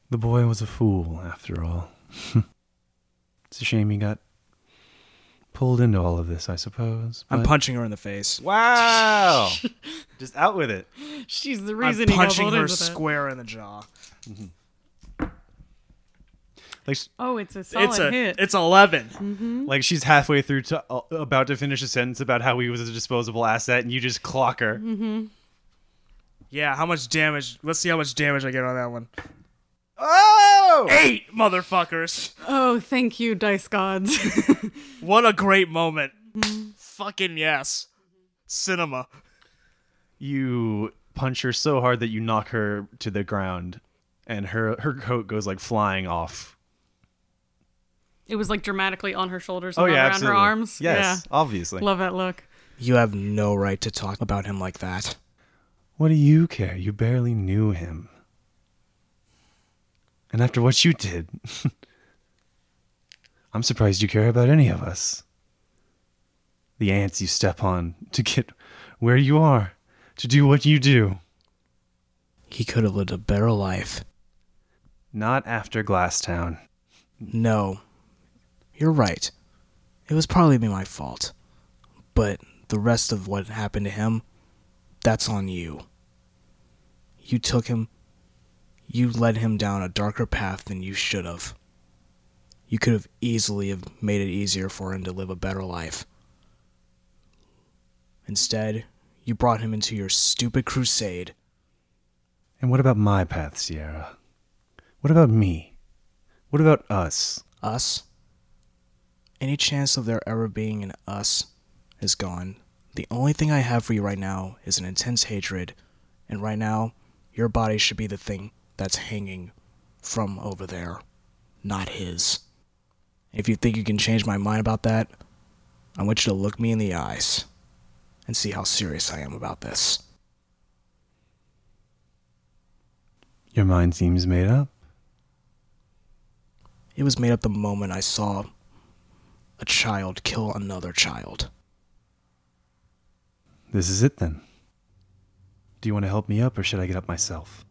Speaker 3: the boy was a fool after all. it's a shame he got pulled into all of this, I suppose.
Speaker 4: I'm
Speaker 3: but-
Speaker 4: punching her in the face.
Speaker 3: Wow! Just out with it.
Speaker 5: She's the
Speaker 4: I'm
Speaker 5: reason he got
Speaker 4: punching
Speaker 5: pulled
Speaker 4: her
Speaker 5: into that.
Speaker 4: square in the jaw.
Speaker 3: Like,
Speaker 5: Oh, it's a solid
Speaker 4: it's a
Speaker 5: hit.
Speaker 4: it's 11.
Speaker 5: Hmm?
Speaker 3: like she's halfway through to uh, about to finish a sentence about how he was a disposable asset, and you just clock her.
Speaker 5: Mm-hmm.
Speaker 4: Yeah, how much damage? Let's see how much damage I get on that one.
Speaker 3: Oh!
Speaker 4: Eight motherfuckers.
Speaker 5: oh, thank you, dice gods.
Speaker 4: What a great moment. Fucking yes. Cinema.
Speaker 3: You punch her so hard that you knock her to the ground, and her her coat goes like flying off.
Speaker 5: it was like dramatically on her shoulders,
Speaker 4: Oh,
Speaker 5: and not around her arms.
Speaker 3: Oh, Yes, obviously.
Speaker 5: Yeah. Love that look.
Speaker 4: You have no right to talk about him like that.
Speaker 3: What do you care? You barely knew him. And after what you did, I'm surprised you care about any of us. The ants you step on to get where you are, to do what you do.
Speaker 4: He could have lived a better life.
Speaker 3: Not after Glasstown.
Speaker 4: No. You're right. It was probably my fault. But the rest of what happened to him, that's on you. You took him. You led him down a darker path than you should have. You could have easily have made it easier for him to live a better life. Instead, you brought him into your stupid crusade.
Speaker 3: And what about my path, Sierra? What about me? What about us?
Speaker 4: Us. Any chance of there ever being an us is gone. The only thing I have for you right now is an intense hatred, and right now, your body should be the thing that's hanging from over there, not his. If you think you can change my mind about that, I want you to look me in the eyes and see how serious I am about this.
Speaker 3: Your mind seems made up.
Speaker 4: It was made up the moment I saw a child kill another child.
Speaker 3: This is it then. Do you want to help me up or should I get up myself?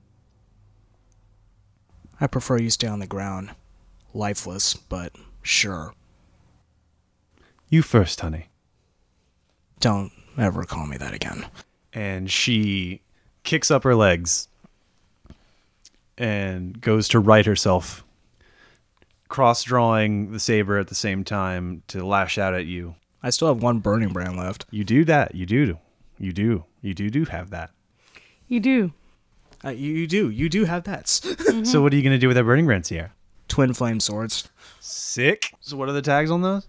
Speaker 4: I prefer you stay on the ground. Lifeless, but sure.
Speaker 3: You first, honey.
Speaker 4: Don't ever call me that again.
Speaker 3: And she kicks up her legs and goes to right herself, cross drawing the saber at the same time to lash out at you.
Speaker 4: I still have one burning brand left.
Speaker 3: You do that. You do. You do. You do do have that.
Speaker 5: You do.
Speaker 4: Uh, you, you do. You do have that.
Speaker 3: So what are you gonna do with that burning brand, Sierra?
Speaker 4: Twin flame swords.
Speaker 3: Sick. So what are the tags on those?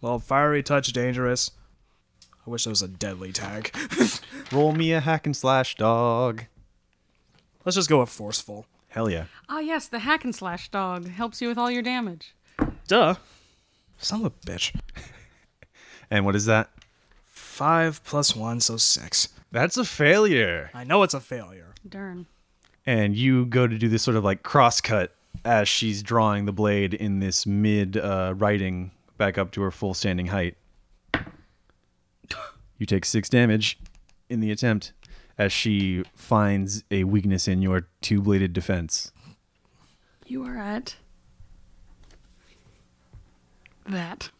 Speaker 4: Well, fiery touch, dangerous. I wish there was a deadly tag.
Speaker 3: Roll me a hack and slash, dog.
Speaker 4: Let's just go with forceful.
Speaker 3: Hell yeah.
Speaker 5: Oh yes, the hack and slash dog helps you with all your damage.
Speaker 4: Duh. Son of a bitch.
Speaker 3: And what is that?
Speaker 4: Five plus one, so six.
Speaker 3: That's a failure.
Speaker 4: I know it's a failure.
Speaker 5: Darn.
Speaker 3: and you go to do this sort of like cross cut as she's drawing the blade in this mid uh, writing back up to her full standing height. You take six damage in the attempt as she finds a weakness in your two bladed defense.
Speaker 5: You are at that.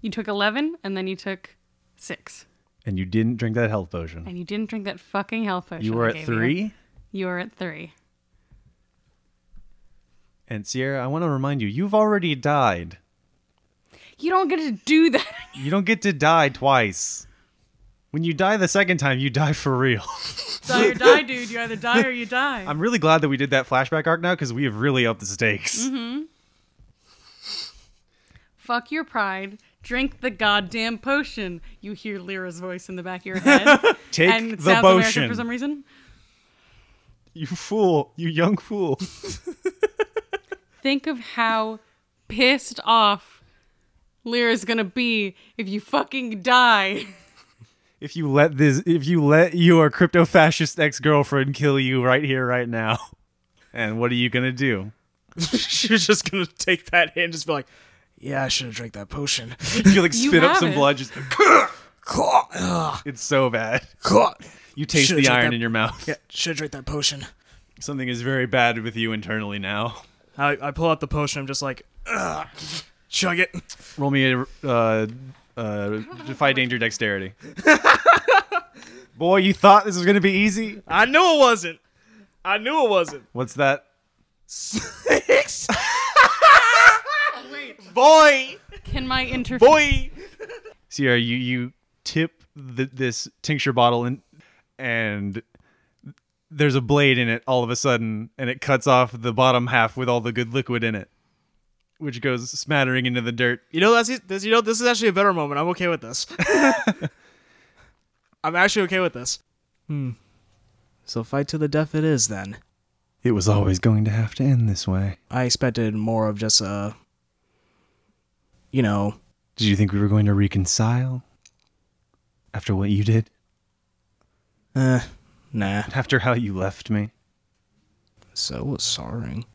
Speaker 5: You took eleven, and then you took six,
Speaker 3: And you didn't drink that health potion.
Speaker 5: and you didn't drink that fucking health potion.
Speaker 3: You
Speaker 5: I
Speaker 3: were at
Speaker 5: gave
Speaker 3: three.
Speaker 5: You were at three.
Speaker 3: And Sierra, I want to remind you, you've already died.
Speaker 5: You don't get to do that.
Speaker 3: You don't get to die twice. When you die the second time, you die for real.
Speaker 5: die or die, dude. You either die or you die.
Speaker 3: I'm really glad that we did that flashback arc now because we have really upped the stakes.
Speaker 5: Mm-hmm. Fuck your pride. Drink the goddamn potion. You hear Lyra's voice in the back of your head.
Speaker 3: Take
Speaker 5: and
Speaker 3: the
Speaker 5: South American
Speaker 3: potion.
Speaker 5: for some reason.
Speaker 3: You fool. You young fool.
Speaker 5: Think of how pissed off Lyra's gonna be if you fucking die.
Speaker 3: If you let this if you let your crypto fascist ex-girlfriend kill you right here right now. And what are you going to do?
Speaker 4: She's just gonna take that hit and just be like, yeah, I should have drank that potion.
Speaker 3: You like
Speaker 5: You
Speaker 3: spit up
Speaker 5: have
Speaker 3: some
Speaker 5: it.
Speaker 3: blood just
Speaker 4: Ugh.
Speaker 3: it's so bad. You taste
Speaker 4: Should've
Speaker 3: the
Speaker 4: took
Speaker 3: iron
Speaker 4: that-
Speaker 3: in your mouth.
Speaker 4: Yeah, should have drank that potion.
Speaker 3: Something is very bad with you internally now.
Speaker 4: I, I pull out the potion. I'm just like, Ugh. chug it.
Speaker 3: Roll me a uh uh defy danger dexterity. Boy, you thought this was going to be easy?
Speaker 4: I knew it wasn't. I knew it wasn't.
Speaker 3: What's that?
Speaker 4: Six. Boy,
Speaker 5: Can my inter
Speaker 4: boy.
Speaker 3: Sierra, you you tip the, this tincture bottle in, and there's a blade in it all of a sudden, and it cuts off the bottom half with all the good liquid in it, which goes smattering into the dirt.
Speaker 4: You know that's this. You know this is actually a better moment. I'm okay with this. I'm actually okay with this. Hmm. So fight to the death it is then.
Speaker 3: It was always going to have to end this way.
Speaker 4: I expected more of just a, you know,
Speaker 3: Did you think we were going to reconcile after what you did,
Speaker 4: eh, nah.
Speaker 3: after how you left me?
Speaker 4: So sorry.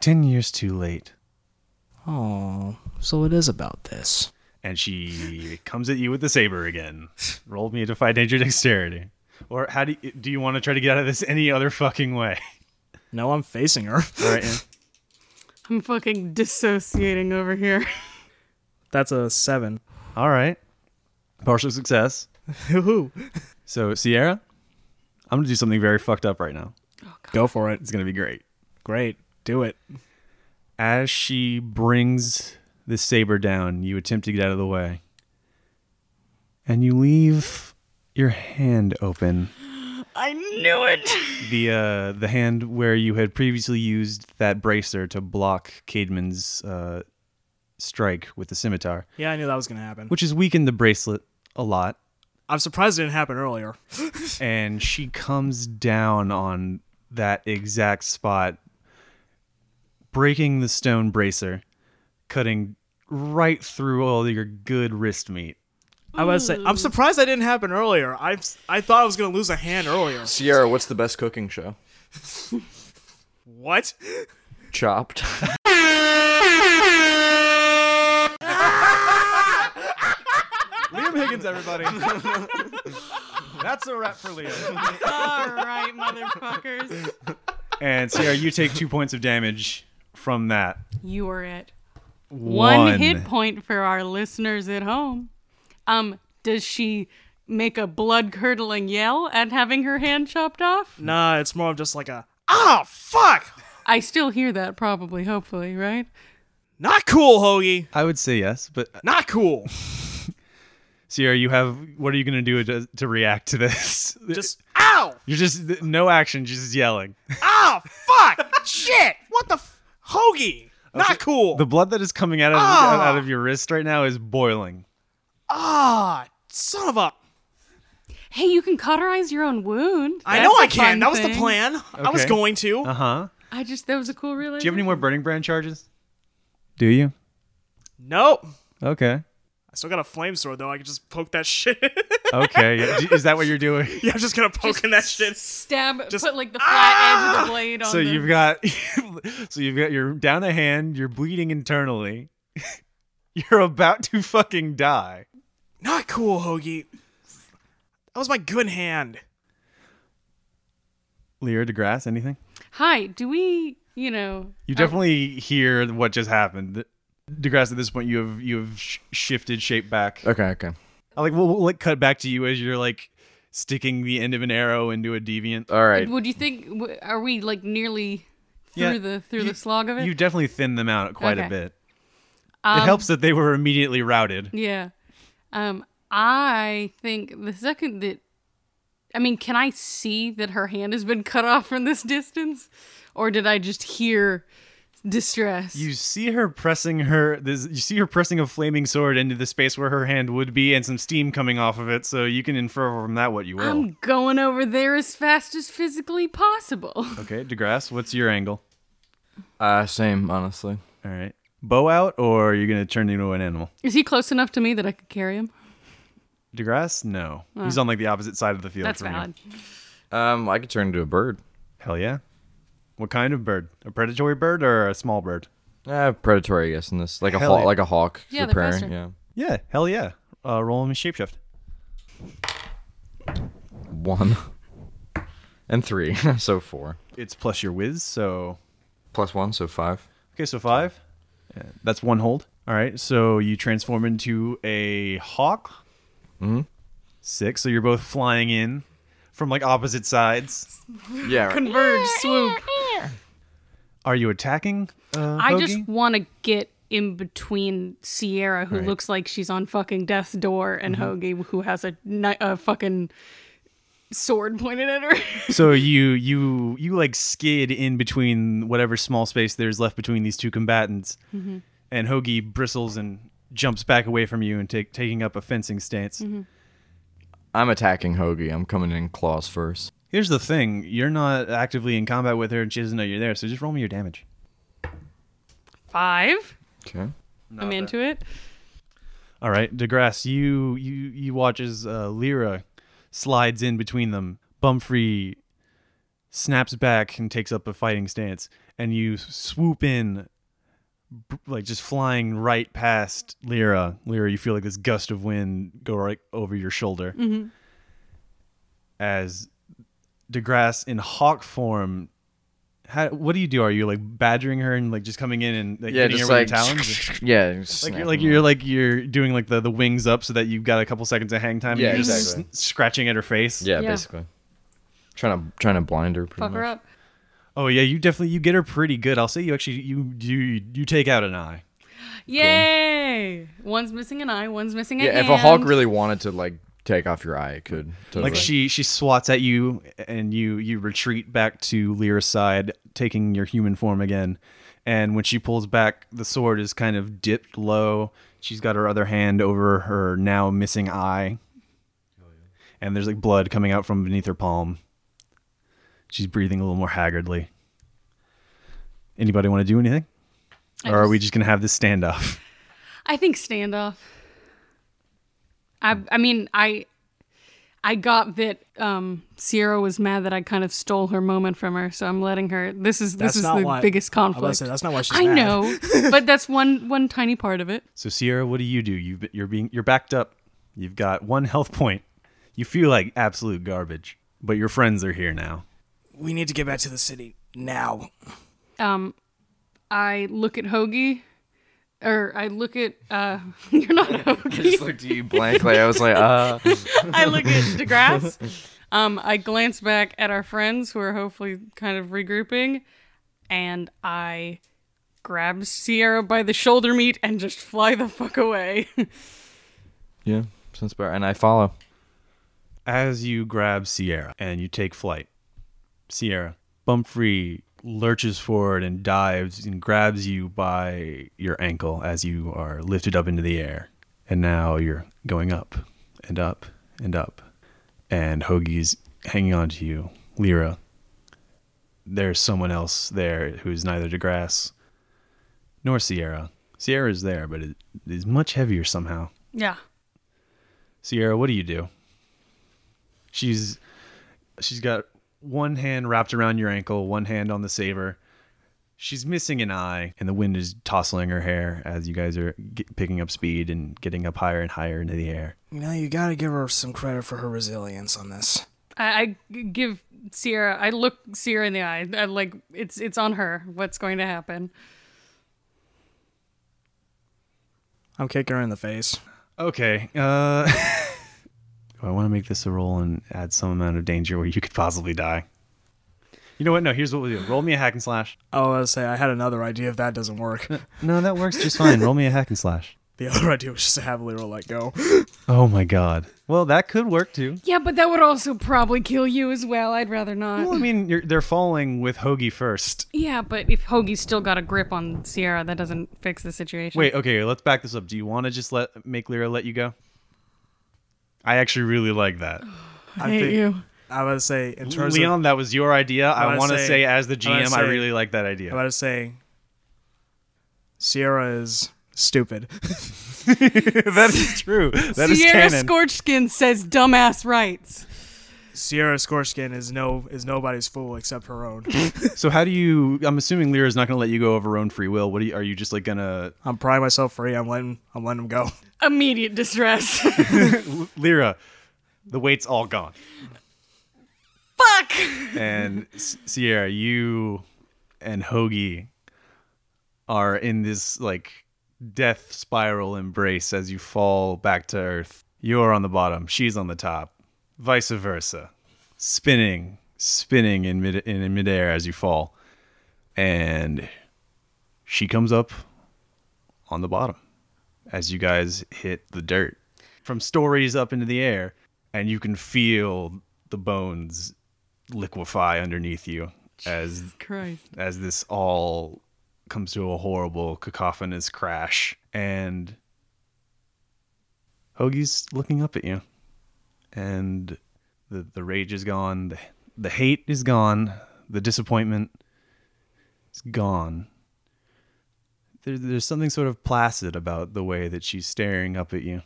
Speaker 3: Ten years too late.
Speaker 4: Oh, so it is about this.
Speaker 3: And she comes at you with the saber again. Roll me a defy danger dexterity. Or how do you, do you want to try to get out of this any other fucking way?
Speaker 4: No, I'm facing her.
Speaker 5: I'm fucking dissociating over here.
Speaker 4: That's a seven.
Speaker 3: All right. Partial success.
Speaker 4: Woohoo.
Speaker 3: So, Sierra, I'm going to do something very fucked up right now.
Speaker 4: Go for it.
Speaker 3: It's going to be great.
Speaker 4: Great. Do it.
Speaker 3: As she brings the saber down, you attempt to get out of the way. And you leave your hand open
Speaker 5: I knew it.
Speaker 3: the uh, the hand where you had previously used that bracer to block Cademan's uh, strike with the scimitar,
Speaker 4: Yeah, I knew that was gonna happen.
Speaker 3: which has weakened the bracelet a lot,
Speaker 4: I'm surprised it didn't happen earlier.
Speaker 3: and she comes down on that exact spot, breaking the stone bracer, cutting right through all your good wrist meat.
Speaker 4: I was say I'm surprised that didn't happen earlier. I I thought I was gonna lose a hand earlier.
Speaker 6: Sierra, what's the best cooking show?
Speaker 4: What?
Speaker 6: Chopped.
Speaker 3: Liam Higgins, everybody. That's a wrap for Liam.
Speaker 5: All right, motherfuckers.
Speaker 3: And Sierra, you take two points of damage from that.
Speaker 5: You are it. One, hit point for our listeners at home. Um, does she make a blood curdling yell at having her hand chopped off?
Speaker 4: Nah, it's more of just like a ah fuck.
Speaker 5: I still hear that probably, hopefully, right?
Speaker 4: Not cool, Hoagie.
Speaker 3: I would say yes, but uh,
Speaker 4: Not cool.
Speaker 3: Sierra, you have. What are you going to do to, to react to this?
Speaker 4: Just ow
Speaker 3: You're just th- no action, just yelling.
Speaker 4: ah fuck shit. What the f- Hoagie? Not cool.
Speaker 3: The blood that is coming out of
Speaker 4: Ah!
Speaker 3: out of your wrist right now is boiling.
Speaker 4: ah son of a.
Speaker 5: Hey, you can cauterize your own wound.
Speaker 4: I
Speaker 5: That's
Speaker 4: know
Speaker 5: a
Speaker 4: I can.
Speaker 5: fun
Speaker 4: That was the
Speaker 5: thing.
Speaker 4: plan. I was
Speaker 3: Okay.
Speaker 4: going to.
Speaker 3: Uh huh.
Speaker 5: I just that was a cool realization.
Speaker 3: Do you have any more burning brand charges? Do you?
Speaker 4: Nope.
Speaker 3: Okay.
Speaker 4: I still got a flame sword though. I could just poke that shit.
Speaker 3: Okay. yeah. D- Is that what you're doing?
Speaker 4: yeah, I'm just gonna poke in that shit.
Speaker 5: Stab,
Speaker 4: Just-
Speaker 5: put like the flat
Speaker 4: Ah!
Speaker 5: edge of the blade on.
Speaker 3: So
Speaker 5: the-
Speaker 3: you've got, so you've got your down a hand. You're bleeding internally. You're about to fucking die.
Speaker 4: Not cool, Hoagie. That was my good hand.
Speaker 3: Lear DeGrasse, anything?
Speaker 5: Hi, do we? You know,
Speaker 3: You definitely hear what just happened. DeGrasse, at this point, you have you have sh- shifted shape back.
Speaker 6: Okay, okay.
Speaker 3: I like we'll, we'll like cut back to you as you're like sticking the end of an arrow into a deviant.
Speaker 6: All right.
Speaker 5: would you think? w- Are we like nearly through
Speaker 3: Yeah,
Speaker 5: the through
Speaker 3: you-
Speaker 5: the slog of it?
Speaker 3: You definitely thinned them out quite a
Speaker 5: Okay.
Speaker 3: bit.
Speaker 5: Um,
Speaker 3: it helps that they were immediately routed.
Speaker 5: Yeah. Um, I think the second that, I mean, can I see that her hand has been cut off from this distance, or did I just hear distress?
Speaker 3: You see her pressing her. This, you see her pressing a flaming sword into the space where her hand would be, and some steam coming off of it. So you can infer from that what you will.
Speaker 5: I'm going over there as fast as physically possible.
Speaker 3: okay, DeGrasse, what's your angle?
Speaker 6: Uh, same, honestly.
Speaker 3: All right, bow out, or are you gonna turn into an animal?
Speaker 5: Is he close enough to me that I could carry him?
Speaker 3: DeGrasse, no. He's on like the opposite side of the field.
Speaker 5: That's
Speaker 3: from you.
Speaker 5: valid.
Speaker 6: Um, I could turn into a bird.
Speaker 3: Hell yeah. What kind of bird? A predatory bird or a small bird?
Speaker 6: Uh, predatory, I guess. In this, like a
Speaker 3: Hell
Speaker 6: hawk,
Speaker 3: yeah.
Speaker 6: like a hawk.
Speaker 5: Yeah,
Speaker 6: for
Speaker 5: they're
Speaker 6: prey,
Speaker 5: faster.
Speaker 6: Yeah.
Speaker 3: Yeah, hell yeah. Uh, roll him a shapeshift.
Speaker 6: One. and three, so four.
Speaker 3: It's plus your whiz, so
Speaker 6: Plus one, so five.
Speaker 3: okay, so five. Yeah, that's one hold. All right, so you transform into a hawk. Mm-hmm. Six. So you're both flying in from like opposite sides.
Speaker 6: Yeah. Right.
Speaker 5: Converge, swoop.
Speaker 3: Are you attacking? Uh,
Speaker 5: I
Speaker 3: Hoagie?
Speaker 5: just want to get in between Sierra, who looks like she's on fucking death's door, and
Speaker 6: Mm-hmm.
Speaker 5: Hoagie, who has a, ni- a fucking sword pointed at her.
Speaker 3: so you you you like skid in between whatever small space there's left between these two combatants, and Hoagie bristles and jumps back away from you and take, taking up a fencing stance.
Speaker 6: I'm attacking Hoagie. I'm coming in claws first.
Speaker 3: Here's the thing: you're not actively in combat with her, and she doesn't know you're there. So just roll me your damage.
Speaker 5: Five.
Speaker 6: Okay.
Speaker 5: I'm into it.
Speaker 3: All right, DeGrasse, you you you watch as uh, Lyra slides in between them. Bumfrey snaps back and takes up a fighting stance, and you swoop in, b- like just flying right past Lyra. Lyra, you feel like this gust of wind go right over your shoulder as DeGrasse in hawk form. How, what do you do? Are you like badgering her and like just coming in and like,
Speaker 6: Yeah,
Speaker 3: hitting
Speaker 6: just
Speaker 3: her
Speaker 6: like
Speaker 3: with your talons? Like
Speaker 6: yeah,
Speaker 3: you're like you're like you're doing like the, the wings up so that you've got a couple seconds of hang time.
Speaker 6: Yeah,
Speaker 3: and you're
Speaker 6: exactly.
Speaker 3: just s- scratching at her face.
Speaker 6: yeah,
Speaker 5: Yeah.
Speaker 6: basically trying to trying to blind her. Pretty
Speaker 5: Fuck
Speaker 6: much.
Speaker 5: her up.
Speaker 3: Oh yeah, you definitely you get her pretty good. I'll say you actually you you you take out an eye.
Speaker 5: Yay! One's missing an eye. One's missing a
Speaker 6: Yeah,
Speaker 5: hand.
Speaker 6: if a hawk really wanted to like take off your eye. It could totally.
Speaker 3: Like she she swats at you and you you retreat back to Lyra's side, taking your human form again. And when she pulls back, the sword is kind of dipped low. She's got her other hand over her now missing eye. And there's like blood coming out from beneath her palm. She's breathing a little more haggardly. Anybody want to do anything? or are we just gonna have this standoff?
Speaker 5: I think standoff. I I mean I I got that um Sierra was mad that I kind of stole her moment from her, so I'm letting her this is
Speaker 4: That's
Speaker 5: this is
Speaker 4: not
Speaker 5: the
Speaker 4: why- I
Speaker 5: biggest
Speaker 4: was gonna
Speaker 5: conflict.
Speaker 4: say, that's not why she's
Speaker 5: I
Speaker 4: mad.
Speaker 5: know, but that's one one tiny part of it.
Speaker 3: So Sierra, what do you do? You've you're being you're backed up. You've got one health point. You feel like absolute garbage, but your friends are here now.
Speaker 4: We need to get back to the city now.
Speaker 5: Um I look at Hoagie or I look at uh you're not Hoagie.
Speaker 6: just looked at you blankly. I was like, uh.
Speaker 5: I look at DeGrasse. Um, I glance back at our friends who are hopefully kind of regrouping, and I grab Sierra by the shoulder meat and just fly the fuck away.
Speaker 6: Yeah, sounds better. And I follow.
Speaker 3: As you grab Sierra and you take flight, Sierra, Bumfrey lurches forward and dives and grabs you by your ankle as you are lifted up into the air. And now you're going up and up and up. And Hoagie's hanging on to you, Lyra. There's someone else there who's neither DeGrasse nor Sierra. Sierra's there, but it is much heavier somehow.
Speaker 5: yeah.
Speaker 3: Sierra, what do you do? She's she's got one hand wrapped around your ankle, one hand on the saber. She's missing an eye, and the wind is tousling her hair as you guys are g- picking up speed and getting up higher and higher into the air.
Speaker 4: You know, you gotta give her some credit for her resilience on this.
Speaker 5: I, I g- give Sierra. I look Sierra in the eye. I, like it's it's on her. What's going to happen?
Speaker 4: I'm kicking her in the face.
Speaker 3: Okay. Uh, do I want to make this a roll and add some amount of danger where you could possibly die? You know what? No. Here's what we'll do. Roll me a hack and slash.
Speaker 4: Oh, I was say I had another idea if that doesn't work.
Speaker 3: No, that works just fine. Roll me a hack and slash.
Speaker 4: the other idea was just to have Lyra let go.
Speaker 3: Oh my god. Well, that could work too.
Speaker 5: Yeah, but that would also probably kill you as well. I'd rather not.
Speaker 3: Well, I mean, you're, they're falling with Hoagie first.
Speaker 5: yeah, but if Hoagie's still got a grip on Sierra, that doesn't fix the situation.
Speaker 3: Wait, okay, let's back this up. Do you want to just let make Lyra let you go? I actually really like that.
Speaker 5: I hate
Speaker 4: think-
Speaker 5: you.
Speaker 4: I was say in terms of
Speaker 3: Leon, that was your idea. I
Speaker 4: I'd
Speaker 3: want to
Speaker 4: say-
Speaker 3: say, as the
Speaker 4: I'd
Speaker 3: GM, I
Speaker 4: say-
Speaker 3: really like that
Speaker 4: I
Speaker 3: idea.
Speaker 4: was say Sierra is stupid.
Speaker 3: that is true. That is
Speaker 5: Sierra
Speaker 3: canon.
Speaker 5: Scorchskin says dumbass rights.
Speaker 4: Sierra Scoreskin is no is nobody's fool except her own.
Speaker 3: so how do you I'm assuming Lyra's not going to let you go of her own free will. What do you, are you just like going to
Speaker 4: I'm prying myself free. I'm letting I'm letting him go.
Speaker 5: Immediate distress.
Speaker 3: Lyra, the weight's all gone.
Speaker 5: Fuck.
Speaker 3: and S- Sierra, you and Hoagie are in this like death spiral embrace as you fall back to earth. You're on the bottom, she's on the top, vice versa, spinning, spinning in mid in midair as you fall, and she comes up on the bottom as you guys hit the dirt from stories up into the air, and you can feel the bones liquefy underneath you as
Speaker 5: Christ.
Speaker 3: as this all comes to a horrible cacophonous crash and Hoagie's looking up at you and the the rage is gone the the hate is gone the disappointment is gone there, there's something sort of placid about the way that she's staring up at you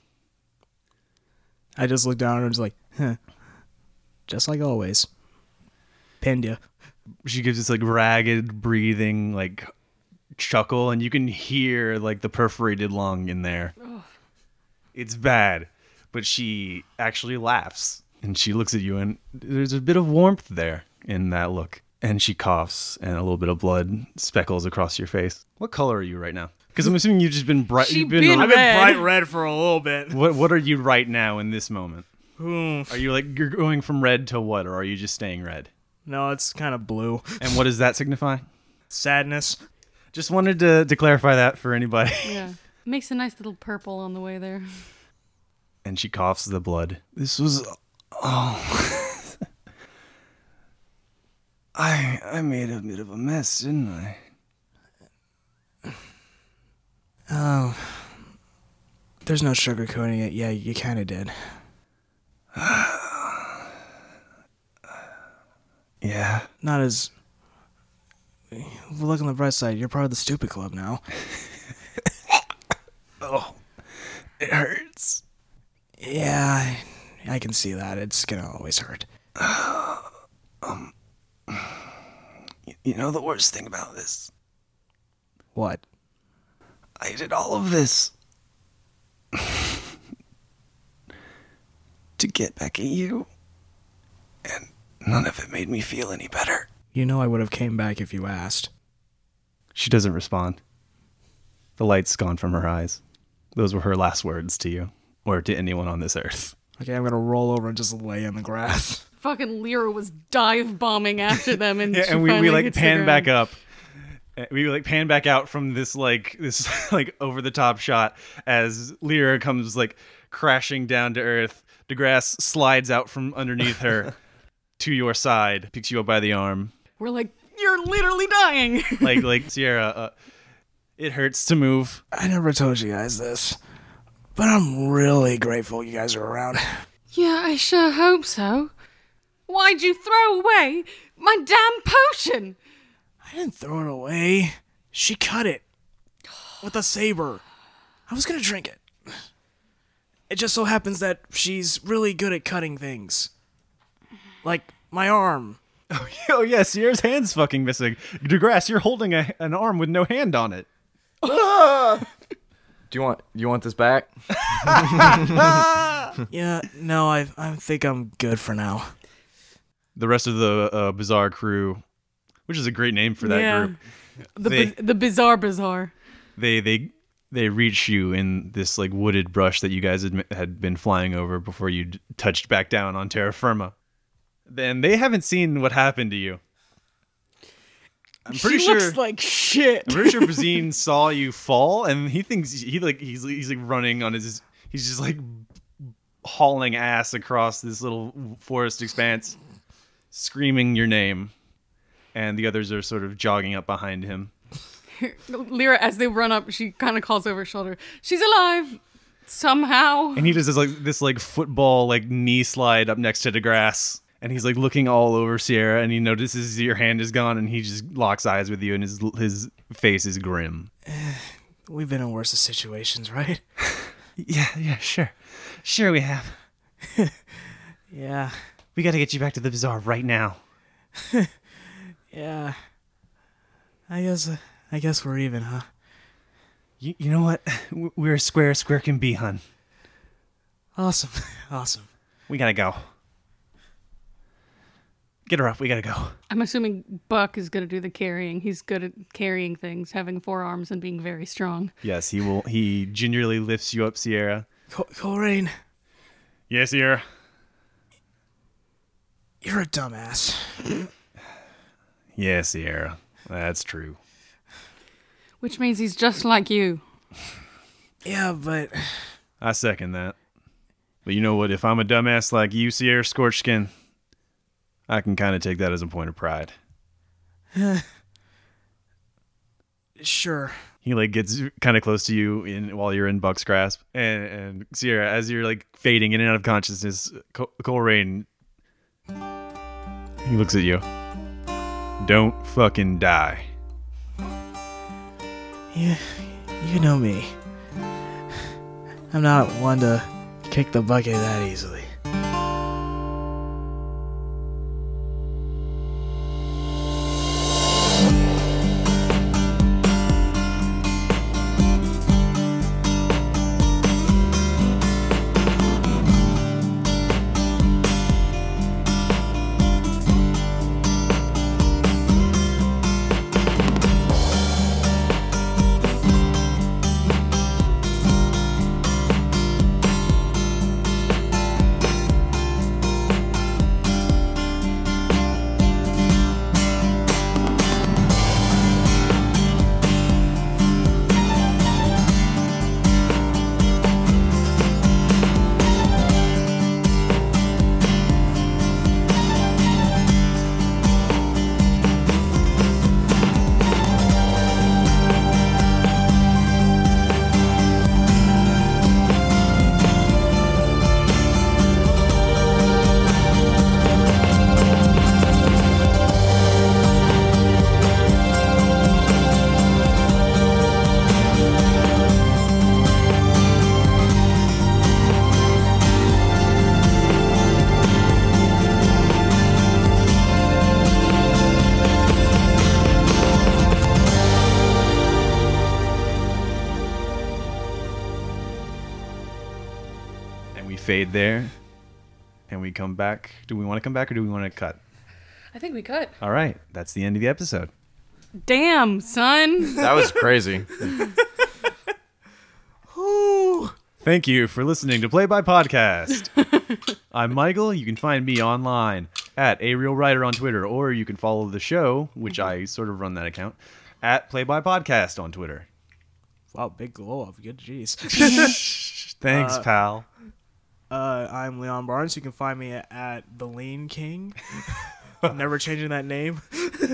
Speaker 4: I just looked down and was like, huh. Just like always. Pinned ya.
Speaker 3: she gives this like ragged breathing like chuckle and you can hear like the perforated lung in there it's bad but she actually laughs and she looks at you and there's a bit of warmth there in that look and she coughs and a little bit of blood speckles across your face what color are you right now because i'm assuming you've just been bright
Speaker 5: She
Speaker 3: you've been,
Speaker 5: been
Speaker 4: I've been
Speaker 5: Red.
Speaker 4: bright red for a little bit.
Speaker 3: what, what are you right now in this moment are you like you're going from red to what or are you just staying red
Speaker 4: No, it's kind of blue.
Speaker 3: and what does that signify
Speaker 4: Sadness.
Speaker 3: Just wanted to, to clarify that for anybody.
Speaker 5: Yeah. Makes a nice little purple on the way there.
Speaker 3: and she coughs the blood. This was oh I I made a bit of a mess, didn't I?
Speaker 4: There's no sugarcoating it. Yeah, you kind of did.
Speaker 3: Yeah.
Speaker 4: Not as. Look on the bright side. You're part of the stupid club now.
Speaker 3: Oh, It hurts.
Speaker 4: Yeah, I, I can see that. It's gonna always hurt.
Speaker 3: You know the worst thing about this?
Speaker 4: What?
Speaker 3: I did all of this to get back at you. And none of it made me feel any better.
Speaker 4: You know I would have came back if you asked.
Speaker 3: She doesn't respond. The light's gone from her eyes. Those were her last words to you, or to anyone on this earth.
Speaker 4: Okay, I'm gonna roll over and just lay in the grass.
Speaker 5: Fucking Lyra was dive bombing after them, and she
Speaker 3: and we, we
Speaker 5: finally
Speaker 3: like
Speaker 5: hits
Speaker 3: pan
Speaker 5: the
Speaker 3: back
Speaker 5: ground.
Speaker 3: up. Uh, We like pan back out from this like this like over the top shot as Lyra comes like crashing down to earth. DeGrasse slides out from underneath her to your side, picks you up by the arm.
Speaker 5: We're like, you're literally dying.
Speaker 3: Like like Sierra, uh, it hurts to move.
Speaker 4: I never told you guys this, but I'm really grateful you guys are around.
Speaker 5: yeah, I sure hope so. Why'd you throw away my damn potion?
Speaker 4: I didn't throw it away. She cut it with a saber. I was gonna drink it. It just so happens that she's really good at cutting things, like my arm.
Speaker 3: oh yeah, Sierra's hand's fucking missing. DeGrasse, you're holding a, an arm with no hand on it.
Speaker 6: Do you want you want this back?
Speaker 4: Yeah, no, I I think I'm good for now.
Speaker 3: The rest of the uh, bizarre crew, which is a great name for that
Speaker 5: Yeah.
Speaker 3: group.
Speaker 5: The
Speaker 3: They-
Speaker 5: biz- the bizarre bizarre.
Speaker 3: they they they reach you in this like wooded brush that you guys had, had been flying over before you d- touched back down on terra firma then they haven't seen what happened to you i'm pretty
Speaker 5: she
Speaker 3: sure
Speaker 5: looks like shit.
Speaker 3: i'm pretty sure Brazine saw you fall and he thinks he like he's he's like running on his he's just like hauling ass across this little forest expanse screaming your name and the others are sort of jogging up behind him
Speaker 5: Lyra, as they run up, she kind of calls over her shoulder. She's alive somehow.
Speaker 3: And he does this like this like football like knee slide up next to the grass. And he's like looking all over Sierra, and he notices your hand is gone, and he just locks eyes with you, and his his face is grim.
Speaker 4: We've been in worse of situations, right?
Speaker 3: Yeah, yeah, sure, sure we have.
Speaker 4: Yeah,
Speaker 3: We got to get you back to the bazaar right now.
Speaker 4: yeah. I guess uh, I guess we're even, huh?
Speaker 3: You, you know what? We're as square as square can be, hun.
Speaker 4: Awesome, awesome.
Speaker 3: We gotta go. Get her up. We gotta go.
Speaker 5: I'm assuming Buck is going to do the carrying. He's good at carrying things, having forearms, and being very strong.
Speaker 3: Yes, he will. He gingerly lifts you up, Sierra.
Speaker 4: Co- Coleraine,
Speaker 3: Yes, Sierra.
Speaker 4: you're a dumbass.
Speaker 3: Yes, Sierra. That's true.
Speaker 5: Which means he's just like you.
Speaker 4: Yeah, but
Speaker 3: I second that. But you know what? If I'm a dumbass like you, Sierra Scorchkin, I can kind of take that as a point of pride.
Speaker 4: sure.
Speaker 3: He like gets kind of close to you in while you're in Buck's grasp, and and Sierra, as you're like fading in and out of consciousness, Col- Coleraine, he looks at you. Don't fucking die.
Speaker 4: You, you know me. I'm not one to kick the bucket that easily.
Speaker 3: fade there, and we come back. Do we want to come back or do we want to cut?
Speaker 5: I think we cut.
Speaker 3: All right, that's the end of the episode.
Speaker 5: Damn, son.
Speaker 6: That was crazy.
Speaker 3: Thank you for listening to Play by Podcast. I'm Michael. You can find me online at A Real Writer on Twitter, or you can follow the show, which I sort of run that account, at Play by Podcast on Twitter.
Speaker 4: Wow, big glow up. Good jeez.
Speaker 3: Thanks, pal.
Speaker 4: Uh, I'm Leon Barnes. You can find me at the Lean King. Never changing that name.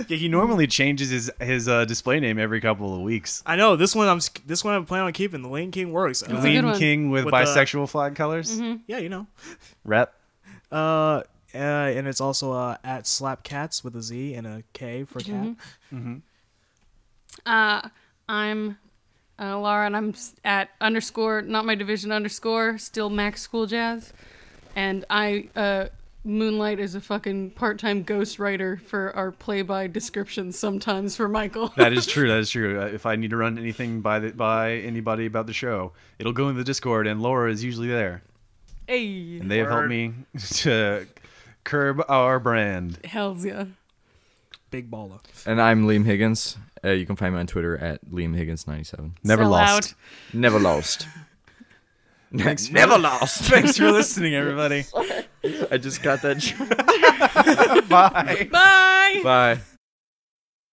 Speaker 3: Yeah, he normally changes his his uh, display name every couple of weeks.
Speaker 4: I know this one. I'm s- this one. I'm planning on keeping. The Lean King works. Uh,
Speaker 5: good
Speaker 3: Lean
Speaker 5: one.
Speaker 3: King with,
Speaker 4: With the- Mm-hmm.
Speaker 3: bisexual flag colors.
Speaker 4: yeah, you know.
Speaker 3: Rep.
Speaker 4: Uh, uh, and it's also uh, at Slapcats with a Z and a K for cat.
Speaker 5: Uh, I'm uh, Laura, and I'm s- at underscore not my division underscore still Max School Jazz, and I uh, Moonlight is a fucking part time ghostwriter for our play by descriptions sometimes for Michael.
Speaker 3: That is true. That is true. Uh, If I need to run anything by the, by anybody about the show, it'll go in the Discord, and Laura is usually there,
Speaker 5: hey,
Speaker 3: and they have helped
Speaker 4: Word.
Speaker 3: me to curb our brand.
Speaker 5: hells yeah.
Speaker 4: Big baller.
Speaker 6: and I'm Liam Higgins. Uh, you can find me on Twitter at Liam Higgins97.
Speaker 3: Never
Speaker 5: Sell
Speaker 3: lost.
Speaker 5: out.
Speaker 6: Never lost. Never lost.
Speaker 3: Thanks for listening, everybody.
Speaker 6: I just got that.
Speaker 3: Bye.
Speaker 5: Bye.
Speaker 6: Bye.